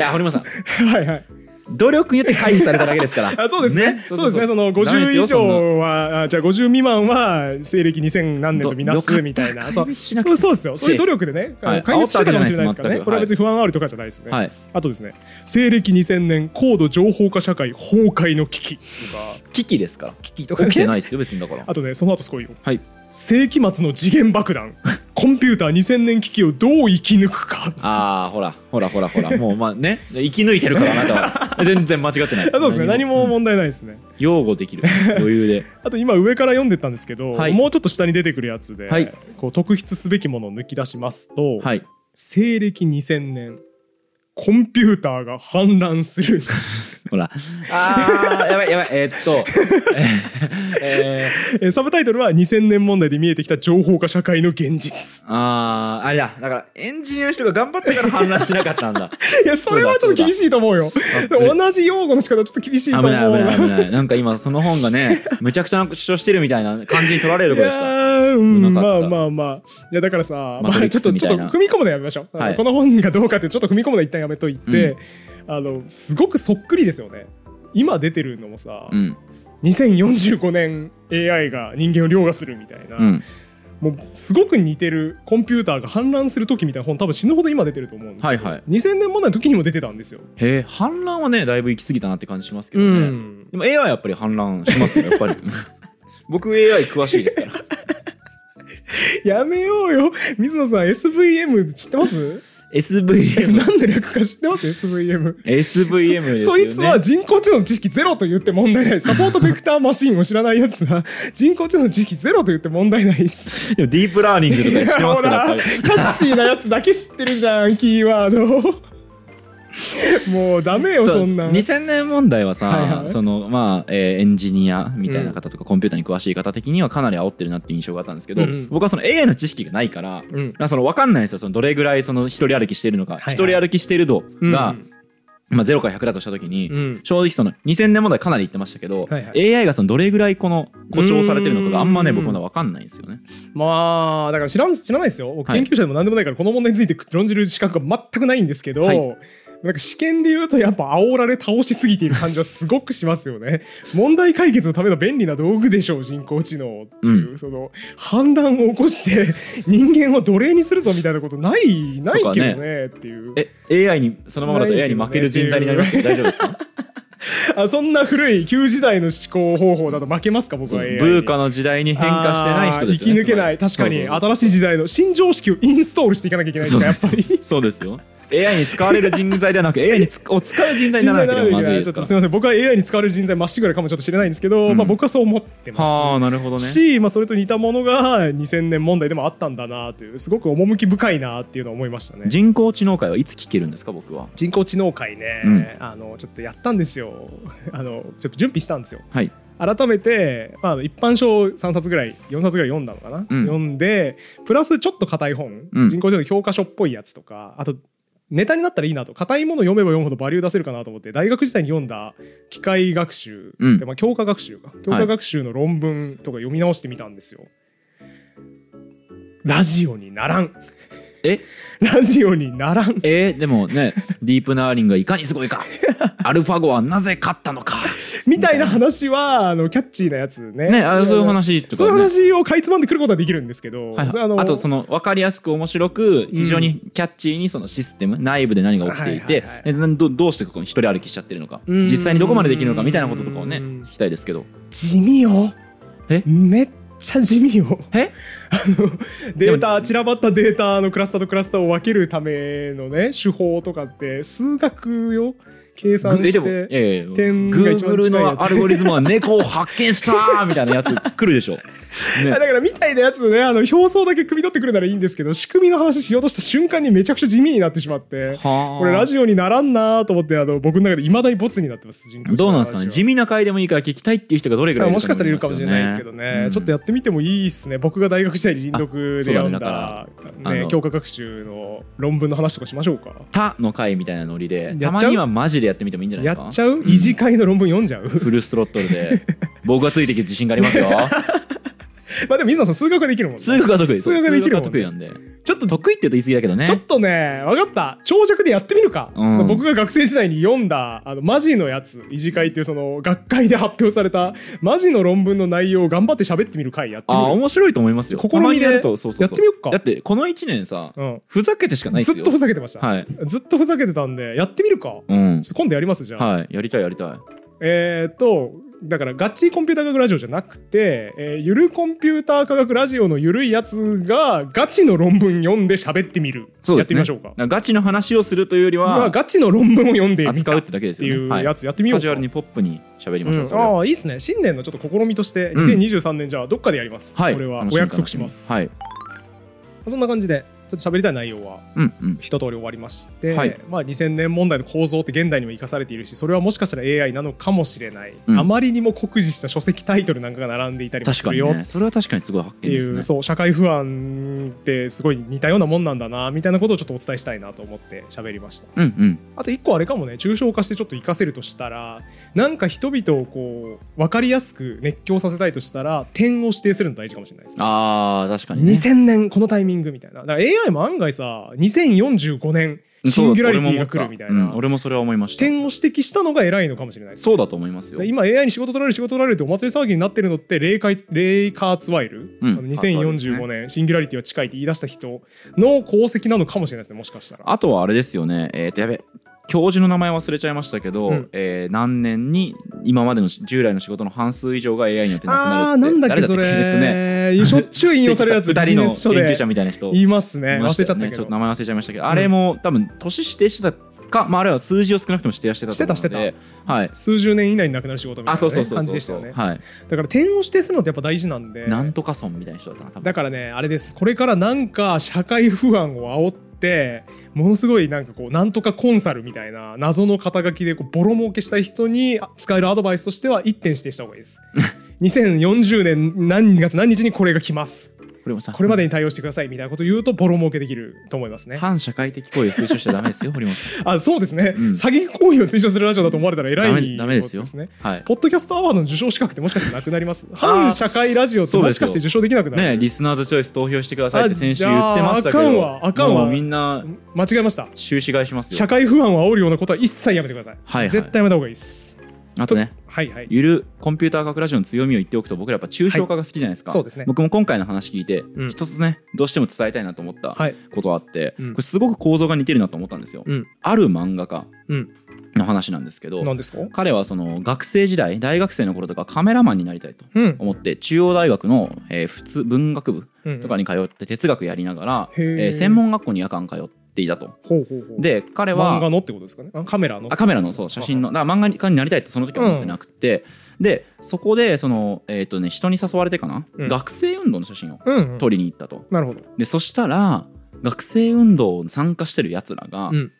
Speaker 2: や、堀本さん、
Speaker 1: はいはい。
Speaker 2: 努力によって回避されただけですから
Speaker 1: あそうですねそうですねその50以上はあじゃあ50未満は西暦2000何年と見なすみたいなそう
Speaker 2: そうしな
Speaker 1: そう
Speaker 2: くて
Speaker 1: そうですよそういう努力でねあ
Speaker 2: は
Speaker 1: の
Speaker 2: い
Speaker 1: 壊滅してたかもしれないですから
Speaker 2: 煽
Speaker 1: ね
Speaker 2: ったわけじゃないです
Speaker 1: これは別に不安あるとかじゃないです *laughs* ね
Speaker 2: はい
Speaker 1: あとですね西暦2000年高度情報化社会崩壊の危機とか
Speaker 2: 危機ですから
Speaker 1: 危機と
Speaker 2: 起きてないいですよ別にだから
Speaker 1: あとねその後すごいよ
Speaker 2: はい
Speaker 1: 世紀末の次元爆弾コンピューター2000年危機をどう生き抜くか
Speaker 2: ああほらほらほらほ
Speaker 1: *laughs*
Speaker 2: らもうまあね生き抜いてるからあなたは全然間違ってない
Speaker 1: あそうですね何も
Speaker 2: うん
Speaker 1: 問題ないですね
Speaker 2: 擁護できる余
Speaker 1: *laughs*
Speaker 2: 裕で
Speaker 1: あと今上から読んでったんですけど、
Speaker 2: はい
Speaker 1: もうちょっと下に出てくるやつで、
Speaker 2: はい
Speaker 1: こう特筆すべきものを抜き出しますと、
Speaker 2: はい
Speaker 1: 西暦2000年コンピューターが氾濫する
Speaker 2: ほらあーやばいやばい *laughs* えーっとえー
Speaker 1: えサブタイトルは2000年問題で見えてきた情報化社会の現実
Speaker 2: あーあれだだからエンジニアの人が頑張ったから反乱しなかった
Speaker 1: *laughs*
Speaker 2: んだ
Speaker 1: いやそれはちょっと厳しいと思うよ
Speaker 2: だそうだ
Speaker 1: 同じ用語の仕方ちょっと厳しい
Speaker 2: 危
Speaker 1: と
Speaker 2: ない
Speaker 1: 思う
Speaker 2: 危ない危ないなんか今その本がねむちゃくちゃな主張してるみたいな感じに取られる
Speaker 1: い
Speaker 2: ところですか
Speaker 1: やーうん
Speaker 2: うま
Speaker 1: ま
Speaker 2: かっ
Speaker 1: あ
Speaker 2: た
Speaker 1: まあまあいやだからさ、ま
Speaker 2: マトリ
Speaker 1: あ、
Speaker 2: ッ
Speaker 1: ちょ
Speaker 2: ク
Speaker 1: っ
Speaker 2: ス
Speaker 1: と
Speaker 2: み
Speaker 1: ちょ
Speaker 2: たい
Speaker 1: っと
Speaker 2: な
Speaker 1: 踏み込むのやめましょう、あの
Speaker 2: はい
Speaker 1: この本がどうかってちょっと踏み込むの一旦やめといて、あのすごくそっくりですよね今出てるのもさ、
Speaker 2: うん
Speaker 1: 2045年 AI が人間を凌駕するみたいな、
Speaker 2: うん
Speaker 1: もうすごく似てるコンピューターが氾濫する時みたいな本多分死ぬほど今出てると思うんですけど、
Speaker 2: はいはい
Speaker 1: 2000年問題の時にも出てたんですよ、
Speaker 2: へえ反乱はねだいぶ行き過ぎたなって感じしますけどね、
Speaker 1: うん
Speaker 2: でも AI はやっぱり反乱しますよやっ
Speaker 1: *laughs*
Speaker 2: ぱり僕 AI 詳しいですから
Speaker 1: やめようよ水野さん SVM 知ってます *laughs*
Speaker 2: SVM
Speaker 1: 何の略か知ってます SVM
Speaker 2: SVM ですよね
Speaker 1: そいつは人工知能の知識ゼロと言って問題ないサポートベクターマシンを知らないやつは人工知能の知識ゼロと言って問題ないです
Speaker 2: でもディープラーニングとかしてますからやっ
Speaker 1: ほ
Speaker 2: ぱ
Speaker 1: ら
Speaker 2: り
Speaker 1: キャッチーなやつだけ知ってるじゃんキーワードもうダメよ
Speaker 2: そう
Speaker 1: そんなん
Speaker 2: 2000年問題はさ、
Speaker 1: はいはい
Speaker 2: そのまあ、えーエンジニアみたいな方とか、コンピューターに詳しい方的にはかなり煽ってるなっていう印象があったんですけど、
Speaker 1: うんうん
Speaker 2: 僕はその AI の知識がないから、
Speaker 1: うん
Speaker 2: まあその分かんないんですよそのどれぐらいその一人歩きしてるのか、
Speaker 1: はい
Speaker 2: 一人歩きしてる度
Speaker 1: うん
Speaker 2: が、まあ、0から100だとした時に、
Speaker 1: うん
Speaker 2: 正直その2000年問題かなり言ってましたけど、
Speaker 1: はいは
Speaker 2: AI がそのどれぐらいこの誇張されてるのかがあんまね
Speaker 1: うーん
Speaker 2: 僕まだ分かんないんですよね。
Speaker 1: まあだから知らん知らないですよ僕
Speaker 2: はい
Speaker 1: 研究者でも何でもないからこの問題について論じる資格が全くないんですけど、
Speaker 2: はい
Speaker 1: なんか試験で言うとやっぱ煽られ倒しすぎている感じはすごくしますよね *laughs* 問題解決のための便利な道具でしょう人工知能っていう、
Speaker 2: う
Speaker 1: その反乱を起こして人間を奴隷にするぞみたいなことないないけどね
Speaker 2: とか
Speaker 1: っていう
Speaker 2: え AI にそのままだと
Speaker 1: ない
Speaker 2: AI に負ける人材になりますけど大丈夫ですか
Speaker 1: あそんな古い旧時代の思考方法だと負けますか僕
Speaker 2: そ
Speaker 1: は
Speaker 2: の
Speaker 1: AI に
Speaker 2: ブーカの時代に変化してない人ですよね。
Speaker 1: あー生き抜けない確かに
Speaker 2: そうそう
Speaker 1: 新しい時代の新常識をインストールしていかなきゃいけないですからやっぱり
Speaker 2: そうですよ。AI に使われる人材ではなく AI につを使う人材にならなければまずいで
Speaker 1: ちょっ
Speaker 2: すか
Speaker 1: と
Speaker 2: ら
Speaker 1: すみません僕は AI に使われる人材まっしぐらかもちょっと知れないんですけど、
Speaker 2: うん
Speaker 1: まあ、僕はそう思って
Speaker 2: は
Speaker 1: ま
Speaker 2: あなるほどね
Speaker 1: す。し、まあ、それと似たものが2000年問題でもあったんだなというすごく趣深いなっていうのを思いましたね
Speaker 2: 人工知能界はいつ聞けるんですか僕は。
Speaker 1: 人工知能界ね、
Speaker 2: うん
Speaker 1: あのちょっとやったんですよ *laughs* あのちょっと準備したんですよ
Speaker 2: はい。
Speaker 1: 改めて、まあ、一般書を3冊ぐらい4冊ぐらい読んだのかな、
Speaker 2: うん
Speaker 1: 読んでプラスちょっと硬い本、
Speaker 2: うん
Speaker 1: 人工知能の教科書っぽいやつとかあとネタになったらいいなと硬いもの読めば読むほどバリュー出せるかなと思って大学時代に読んだ機械学習、
Speaker 2: うん
Speaker 1: でまあ、教科学習か教科学習の論文とか読み直してみたんですよ。ラジオにならん
Speaker 2: え
Speaker 1: *laughs* ラジオにならん
Speaker 2: えーでもねディープナーリングがいかにすごいかアルファゴはなぜ勝ったのか
Speaker 1: みたいな話はあのキャッチーなやつね
Speaker 2: ねあそういう話と
Speaker 1: そういう
Speaker 2: か、ね、
Speaker 1: 話をかいつまんでくることはできるんですけど、
Speaker 2: はい
Speaker 1: それあの
Speaker 2: あとその分かりやすく面白く非常にキャッチーにそのシステム内部で何が起きてい
Speaker 1: はい
Speaker 2: て
Speaker 1: はいはい
Speaker 2: でどどうしてここに一人歩きしちゃってるのか
Speaker 1: うん
Speaker 2: 実際にどこまでできるのかみたいなこととかをね
Speaker 1: うん
Speaker 2: 聞きたいですけど
Speaker 1: 地味よ
Speaker 2: え
Speaker 1: めっちゃ地味
Speaker 2: *laughs*
Speaker 1: よ
Speaker 2: え
Speaker 1: データ散らばったデータのクラスターとクラスターを分けるためのね手法とかって数学よ計算
Speaker 2: え
Speaker 1: し
Speaker 2: でも
Speaker 1: て
Speaker 2: ええ
Speaker 1: 点が一番
Speaker 2: Google
Speaker 1: 近いやつ
Speaker 2: のアルゴリズムは猫を発見したみたいなやつ来るで
Speaker 1: *laughs*
Speaker 2: しょ、
Speaker 1: あ
Speaker 2: ね
Speaker 1: だ、からみたいなやつねあの表層だけ汲み取ってくるならいいんですけど仕組みの話しようとした瞬間にめちゃくちゃ地味になってしまって
Speaker 2: はあ
Speaker 1: これラジオにならんなーと思ってあの僕の中でいまだにボツになってます人工知能
Speaker 2: どうなん
Speaker 1: の話
Speaker 2: です
Speaker 1: は
Speaker 2: かね地味な回でもいいから聞きたいっていう人がどれぐらいい
Speaker 1: も
Speaker 2: る
Speaker 1: し
Speaker 2: と
Speaker 1: かし
Speaker 2: 思
Speaker 1: たらい
Speaker 2: い
Speaker 1: る
Speaker 2: ます
Speaker 1: かも
Speaker 2: よね
Speaker 1: しれないですけどね、
Speaker 2: うん
Speaker 1: ちょっとやってみてもいいですね僕が大学時代に輪読で読んだ
Speaker 2: あ
Speaker 1: ね
Speaker 2: あの
Speaker 1: 教科学習の論文の話とかしましょうか
Speaker 2: 他の回みたいなノリで
Speaker 1: や
Speaker 2: た
Speaker 1: っ
Speaker 2: ま
Speaker 1: ちゃう
Speaker 2: にはマジでやってみてもいいんじゃないで
Speaker 1: や
Speaker 2: すか
Speaker 1: っちゃう、
Speaker 2: ん
Speaker 1: 維持会の論文読んじゃう
Speaker 2: フルスロットルで僕がついてきて自信がありますよ
Speaker 1: *laughs* まあでも水野さん数学はできるもんね
Speaker 2: 数学が得意です
Speaker 1: 数学ができるもんね
Speaker 2: 数学が得意なんで
Speaker 1: ちょっと
Speaker 2: 得意って言うと言い過ぎだけどね
Speaker 1: ちょっとね、分かった。長尺でやってみるか。
Speaker 2: うん
Speaker 1: その僕が学生時代に読んだ、あの、マジのやつ、維持会っていうその、学会で発表された、マジの論文の内容を頑張って喋ってみる会やってみ
Speaker 2: あー
Speaker 1: る。
Speaker 2: 面白いと思いますよ
Speaker 1: 試
Speaker 2: たま
Speaker 1: み
Speaker 2: に
Speaker 1: で
Speaker 2: やるとそうそう
Speaker 1: やっ
Speaker 2: そ
Speaker 1: てみよっか
Speaker 2: うだ。ってこの1年さふざけてしか
Speaker 1: う
Speaker 2: ない
Speaker 1: ん。
Speaker 2: です
Speaker 1: ず
Speaker 2: よ
Speaker 1: っとふざけてました。
Speaker 2: はい
Speaker 1: ずっとふざけてたんで、やってみるか。ちょ
Speaker 2: うん
Speaker 1: っと今度やります、じゃあ。
Speaker 2: はいやりたいやりたい
Speaker 1: えーっと、だから、ガッチリコンピューター科学ラジオじゃなくて、えーゆるコンピューター科学ラジオのゆるいやつが、ガチの論文読んで喋ってみる。
Speaker 2: そう
Speaker 1: や
Speaker 2: で
Speaker 1: っ
Speaker 2: す
Speaker 1: て
Speaker 2: ね
Speaker 1: みましょうか。
Speaker 2: ガチの話をするというより
Speaker 1: まあ
Speaker 2: は
Speaker 1: ガチの論文を読んでみ
Speaker 2: 扱
Speaker 1: た
Speaker 2: うっ
Speaker 1: って
Speaker 2: だけです
Speaker 1: て
Speaker 2: よ
Speaker 1: い
Speaker 2: ね
Speaker 1: う
Speaker 2: はい
Speaker 1: やつやってみよ
Speaker 2: カ
Speaker 1: う
Speaker 2: ジ
Speaker 1: か。
Speaker 2: ュアルにポップに喋りましょうそれは
Speaker 1: ああいいっすね新年のちょっと試みとして
Speaker 2: うん
Speaker 1: 2023年じゃあどっかでやります、
Speaker 2: はい
Speaker 1: これは
Speaker 2: 楽み
Speaker 1: お約束します、
Speaker 2: 楽み
Speaker 1: そんな感じでちょっと喋りたい内容は
Speaker 2: はいうんうん
Speaker 1: 一通り終わりまして、
Speaker 2: はい
Speaker 1: まあ、2000年問題の構造って現代にも生かされているしそれはもしかしたら AI なのかもしれない、
Speaker 2: うん
Speaker 1: あまりにも酷似した書籍タイトルなんかが並んでいたりも
Speaker 2: 確
Speaker 1: す
Speaker 2: か
Speaker 1: る
Speaker 2: に
Speaker 1: よっ
Speaker 2: ねそれは確かにすごい発
Speaker 1: て
Speaker 2: 見
Speaker 1: い
Speaker 2: で
Speaker 1: う,、
Speaker 2: すね
Speaker 1: そう社会不安ってすごい似たようなもんなんだなみたいなことをちょっとお伝えしたいなと思って喋りました
Speaker 2: うんうん
Speaker 1: あと一個あれかもね抽象化してちょっと活かせるとしたらなんか人々をこう分かりやすく熱狂させたいとしたら点を指定するの大事かもしれないですね。
Speaker 2: あー確かにね
Speaker 1: 2000年このタイミングみたいなだから AI も案外さ2045年シンギュラリティが来るみたい
Speaker 2: そう俺も思った
Speaker 1: な
Speaker 2: うん俺もそれは思いました
Speaker 1: 点を指摘したのが偉いのかもしれないです
Speaker 2: そうだと思います
Speaker 1: だ
Speaker 2: よ
Speaker 1: から今 AI に仕事取られる仕事取られるってお祭り騒ぎになってるのってレイカイレイカーツワイル、
Speaker 2: うん
Speaker 1: あの2045年、シンギュラリティは近いって言い出した人の功績なのかもしれないですねもしかしたら。
Speaker 2: あとはあれですよね、えっ、と、やべ、教授の名前忘れちゃいましたけど、
Speaker 1: うん
Speaker 2: えー何年に今までのし従来の仕事の半数以上が AI によってなくなるって
Speaker 1: ああーなんだっけ
Speaker 2: 誰
Speaker 1: それ、
Speaker 2: えっとね、
Speaker 1: しょっちゅう引用されるやつ
Speaker 2: *laughs* 二
Speaker 1: ビ
Speaker 2: 人
Speaker 1: ジ
Speaker 2: の
Speaker 1: ネス書
Speaker 2: 研究
Speaker 1: で
Speaker 2: 者みたいな人、
Speaker 1: 言いますね
Speaker 2: いま
Speaker 1: 忘
Speaker 2: し
Speaker 1: れち
Speaker 2: た
Speaker 1: ゃっ
Speaker 2: よね
Speaker 1: たけ
Speaker 2: ち
Speaker 1: ど
Speaker 2: ょっと名前忘れちゃいましたけど、あれも多分年指定してたか、まあ、あるいは数字を少なくとも指定してたと思うので
Speaker 1: してたして
Speaker 2: はい
Speaker 1: 数十年以内になくなる仕事みたい
Speaker 2: あ
Speaker 1: なね、
Speaker 2: そうそうそうそう
Speaker 1: 感じでしたよね
Speaker 2: はい
Speaker 1: だから点を指定するのってやっぱ大事なんで
Speaker 2: なんとか損みたいな人だったな多分
Speaker 1: だからねあれですこれからなんか社会不安を煽ってものすごいなんかこうなんとかコンサルみたいな謎の肩書きでこうボロ儲けしたい人に使えるアドバイスとしては1点指定した方がいい
Speaker 2: *laughs*
Speaker 1: です2040年何月何日にこれが来ます
Speaker 2: これもさ
Speaker 1: これまでに対応してくださいみたいなことを言うとボロ儲けできると思いますね
Speaker 2: 反社会的行為を推奨しちゃダメですよ堀本さん
Speaker 1: あそうですね、
Speaker 2: うん
Speaker 1: 詐欺行為を推奨するラジオだと思われたら偉い
Speaker 2: ダメダメですよ
Speaker 1: ことね
Speaker 2: はい
Speaker 1: ポッドキャストアワードの受賞資格ってもしかしてなくなります反社会ラジオってもしかして受賞できなくなる
Speaker 2: ねリスナーズチョイス投票してくださいって先週言ってましたけど
Speaker 1: あじゃああかんわあかんわ
Speaker 2: もうみんな
Speaker 1: 間違えました
Speaker 2: 収支買いします
Speaker 1: 社
Speaker 2: よ。
Speaker 1: 会不安を煽るようなことは一切やめてください、
Speaker 2: はいはい
Speaker 1: 絶対やめた方がいいです
Speaker 2: あとね、
Speaker 1: はいはい
Speaker 2: ゆるコンピューター科学ラジオの強みを言っておくと、僕らやっぱ抽象化が好きじゃないですか。
Speaker 1: そうですね
Speaker 2: 僕も今回の話聞いて、
Speaker 1: ん
Speaker 2: 一つね、どうしても伝えたいなと思った
Speaker 1: はい
Speaker 2: ことあって、
Speaker 1: うん
Speaker 2: これすごく構造が似てるなと思ったんですよ。
Speaker 1: うん
Speaker 2: ある漫画家
Speaker 1: うん
Speaker 2: の話なんですけど、
Speaker 1: 何ですか
Speaker 2: 彼はその学生時代、大学生の頃とかカメラマンになりたいと
Speaker 1: うん
Speaker 2: 思って、中央大学の、えー普通文学部
Speaker 1: うん
Speaker 2: とかに通って哲学やりながら、
Speaker 1: へー
Speaker 2: えー専門学校に夜間通っていたと。
Speaker 1: ほうほうほう
Speaker 2: で、彼は
Speaker 1: 漫画のってことですかねあカメラの
Speaker 2: あカメラのそう写真のだから漫画家になりたいってその時は思ってなくて、でそこでその、えーとね、人に誘われてかな、
Speaker 1: うん
Speaker 2: 学生運動の写真を
Speaker 1: うん、うん
Speaker 2: 撮りに行ったと
Speaker 1: なるほど
Speaker 2: でそしたら学生運動に参加してるやつらが、
Speaker 1: うん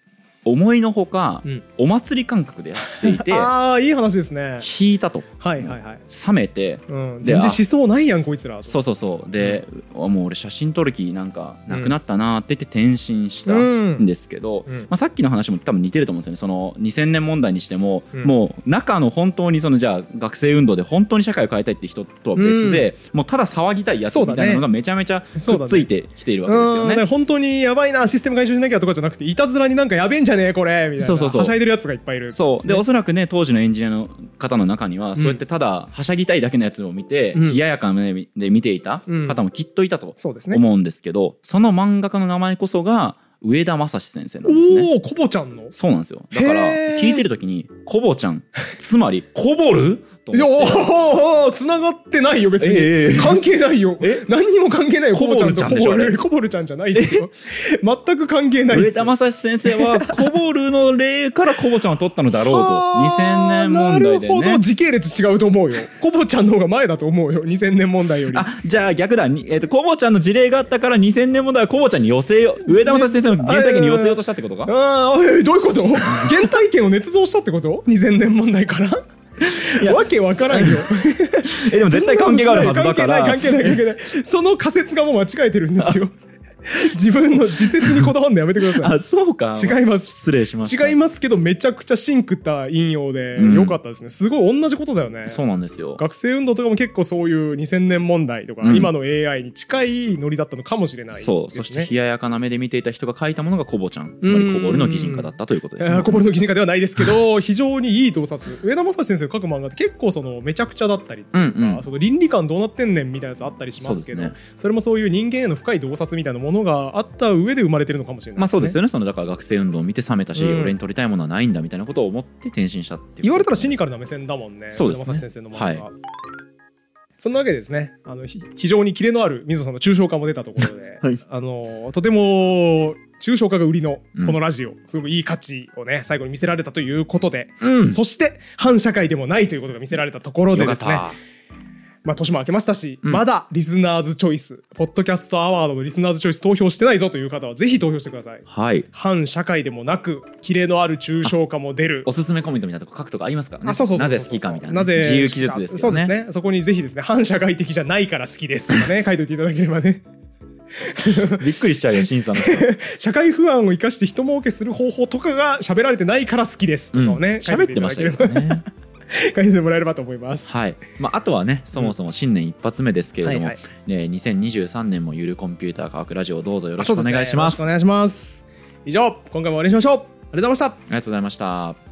Speaker 2: 思いのほか、
Speaker 1: うん
Speaker 2: お祭り感覚でやってい
Speaker 1: *laughs*
Speaker 2: て
Speaker 1: ああいい話ですね
Speaker 2: 引いたと
Speaker 1: はいはいはい、
Speaker 2: 冷めて
Speaker 1: うん、
Speaker 2: で
Speaker 1: 全然
Speaker 2: あ
Speaker 1: 思想ないやんこいつら
Speaker 2: そうそうそうで、あもう俺写真撮る気なんかなくなったなって言って転身した
Speaker 1: うん
Speaker 2: んですけど、
Speaker 1: うん
Speaker 2: まあ、さっきの話も多分似てると思うんですよねその2000年問題にしても、
Speaker 1: うん
Speaker 2: もう中の本当にそのじゃあ学生運動で本当に社会を変えたいって人とは別で、もうただ騒ぎたいやつ
Speaker 1: そうだ
Speaker 2: み
Speaker 1: ね
Speaker 2: たいなのがめちゃめちゃくっついてきているわけです
Speaker 1: うん
Speaker 2: よ
Speaker 1: だ
Speaker 2: ね。
Speaker 1: から本当にやばいなシステム回収しなきゃとかじゃなくていたずらになんかやべえんじゃねえこれみたいな
Speaker 2: そうそうそう
Speaker 1: はしゃいでるやつがいっぱいいる
Speaker 2: そうでおそらくね当時のエンジニアの方の中には、そうやってただはしゃぎたいだけのやつを見て、
Speaker 1: うん
Speaker 2: 冷ややかな目で見ていた方もきっといたと
Speaker 1: そうですね
Speaker 2: 思うんですけど、その漫画家の名前こそが上田正史先生なんですね。
Speaker 1: おおコボちゃんの
Speaker 2: そうなんですよだから
Speaker 1: へー
Speaker 2: 聞いてる時に「コ
Speaker 1: *laughs*
Speaker 2: ボちゃん」つまり「コボる?」と
Speaker 1: いや
Speaker 2: 思って
Speaker 1: おおつながってないよ別に、
Speaker 2: ええ
Speaker 1: 関係ないよ
Speaker 2: え
Speaker 1: 何にも関係ないよ
Speaker 2: コ
Speaker 1: コ
Speaker 2: ボ
Speaker 1: ボ
Speaker 2: ル
Speaker 1: ちゃんと
Speaker 2: ちゃんでしょあれ
Speaker 1: コボルちゃんじゃないですよ全く関係ないで
Speaker 2: 上
Speaker 1: す
Speaker 2: 田
Speaker 1: よ
Speaker 2: 正史先生はコボルの例からコボちゃんを取ったのだろうと
Speaker 1: は
Speaker 2: 2000
Speaker 1: あ
Speaker 2: 年問題
Speaker 1: なる
Speaker 2: で
Speaker 1: ほ
Speaker 2: ね
Speaker 1: ど時系列違うと思うよコボちゃんの方が前だと思うよ2000年問題より
Speaker 2: あじゃあ逆だ、にえー、とコボちゃんの事例があったから2000年問題はコボちゃんに寄せよう上田正史先生の原体験に寄せようとしたってことか
Speaker 1: ああーえどういうこと原体験を捏造したってこと2000年問題から
Speaker 2: いや
Speaker 1: わけわからんよ
Speaker 2: *laughs* えでも絶対関係があるはずだから
Speaker 1: 関係ない関係ない関係ないその仮説がもう間違えてるんですよ自分の自説にこだわるのやめてくださ
Speaker 2: あ、そうか。
Speaker 1: い違います
Speaker 2: 失礼しました。
Speaker 1: 違いますけどめちゃくちゃシンクった引用で
Speaker 2: うん
Speaker 1: 良かったですね、すごい同じことだよね
Speaker 2: そうなんですよ。
Speaker 1: 学生運動とかも結構そういう2000年問題とか、
Speaker 2: うん
Speaker 1: 今の AI に近いノリだったのかもしれないですね
Speaker 2: そう、そして冷ややかな目で見ていた人が書いたものがコボちゃん、つまりコボルの擬人化だったということです
Speaker 1: えー
Speaker 2: ね。
Speaker 1: こぼれの擬人化ではないですけど *laughs* 非常にいい洞察上田正史先生の書く漫画って結構そのめちゃくちゃだったりとか、
Speaker 2: うんうん
Speaker 1: その倫理観どうなってんねんみたいなやつあったりしますけど
Speaker 2: そ
Speaker 1: そ,、
Speaker 2: うで
Speaker 1: れもそういう人間への深い洞察みたいなものがあった上で生まれてるのかもしれない
Speaker 2: まあそうです
Speaker 1: ね
Speaker 2: よね。そのだから学生運動を見て冷めたし、
Speaker 1: うん
Speaker 2: 俺に取りたいものはないんだみたいなことを思って転身したっていう。
Speaker 1: 言われたらシニカルな目線だもんね
Speaker 2: そうですね
Speaker 1: 上田正史先生の漫画
Speaker 2: はい
Speaker 1: そんなわけでですねあのひ非常にキレのある水野さんの抽象化も出たところで、
Speaker 2: *laughs* はい
Speaker 1: あのとても抽象化が売りのこ
Speaker 2: う
Speaker 1: のラジオ、すごくいい価値をね最後に見せられたということで、
Speaker 2: うん。
Speaker 1: そして反社会でもないということが見せられたところで
Speaker 2: よか
Speaker 1: で
Speaker 2: っ
Speaker 1: すね
Speaker 2: た。
Speaker 1: まあ、年も明けましたし、
Speaker 2: うん
Speaker 1: まだリスナーズチョイスポッドキャストアワードのリスナーズチョイス投票してないぞという方はぜひ投票してください
Speaker 2: はい。
Speaker 1: 反社会でもなくキレのある抽象化も出る
Speaker 2: おすすめコメントみたいなとこ書くとかありますからね。
Speaker 1: あそうそうそうそう
Speaker 2: なぜ好きかみたいな。
Speaker 1: なぜ
Speaker 2: 自由記述です
Speaker 1: そ
Speaker 2: よ
Speaker 1: うです
Speaker 2: ね。
Speaker 1: ねそこにぜひですね反社会的じゃ
Speaker 2: *laughs*
Speaker 1: ないから好きですとかね書いておいていただければね
Speaker 2: びっくりしちゃうよ、審査の人。
Speaker 1: 社会不安を生かして人儲けする方法とかが喋られてないから好きですとかを *laughs* ね、
Speaker 2: うん
Speaker 1: 書い
Speaker 2: 喋
Speaker 1: てい
Speaker 2: って
Speaker 1: ただ
Speaker 2: まし
Speaker 1: け
Speaker 2: た
Speaker 1: れ
Speaker 2: け
Speaker 1: ば
Speaker 2: どね。
Speaker 1: 書いてもらえればと思います、
Speaker 2: はい。まあ、あとはね、そもそも新年一発目ですけれども、
Speaker 1: はいは
Speaker 2: ね2023年もゆるコンピューター科学ラジオどうぞよろ
Speaker 1: あ
Speaker 2: しく
Speaker 1: そう
Speaker 2: お
Speaker 1: ですね
Speaker 2: 願いしま
Speaker 1: よろしく
Speaker 2: す。
Speaker 1: お
Speaker 2: あり
Speaker 1: 願いします以上今回も終わりにしましょうありがとうございました
Speaker 2: がとうございました。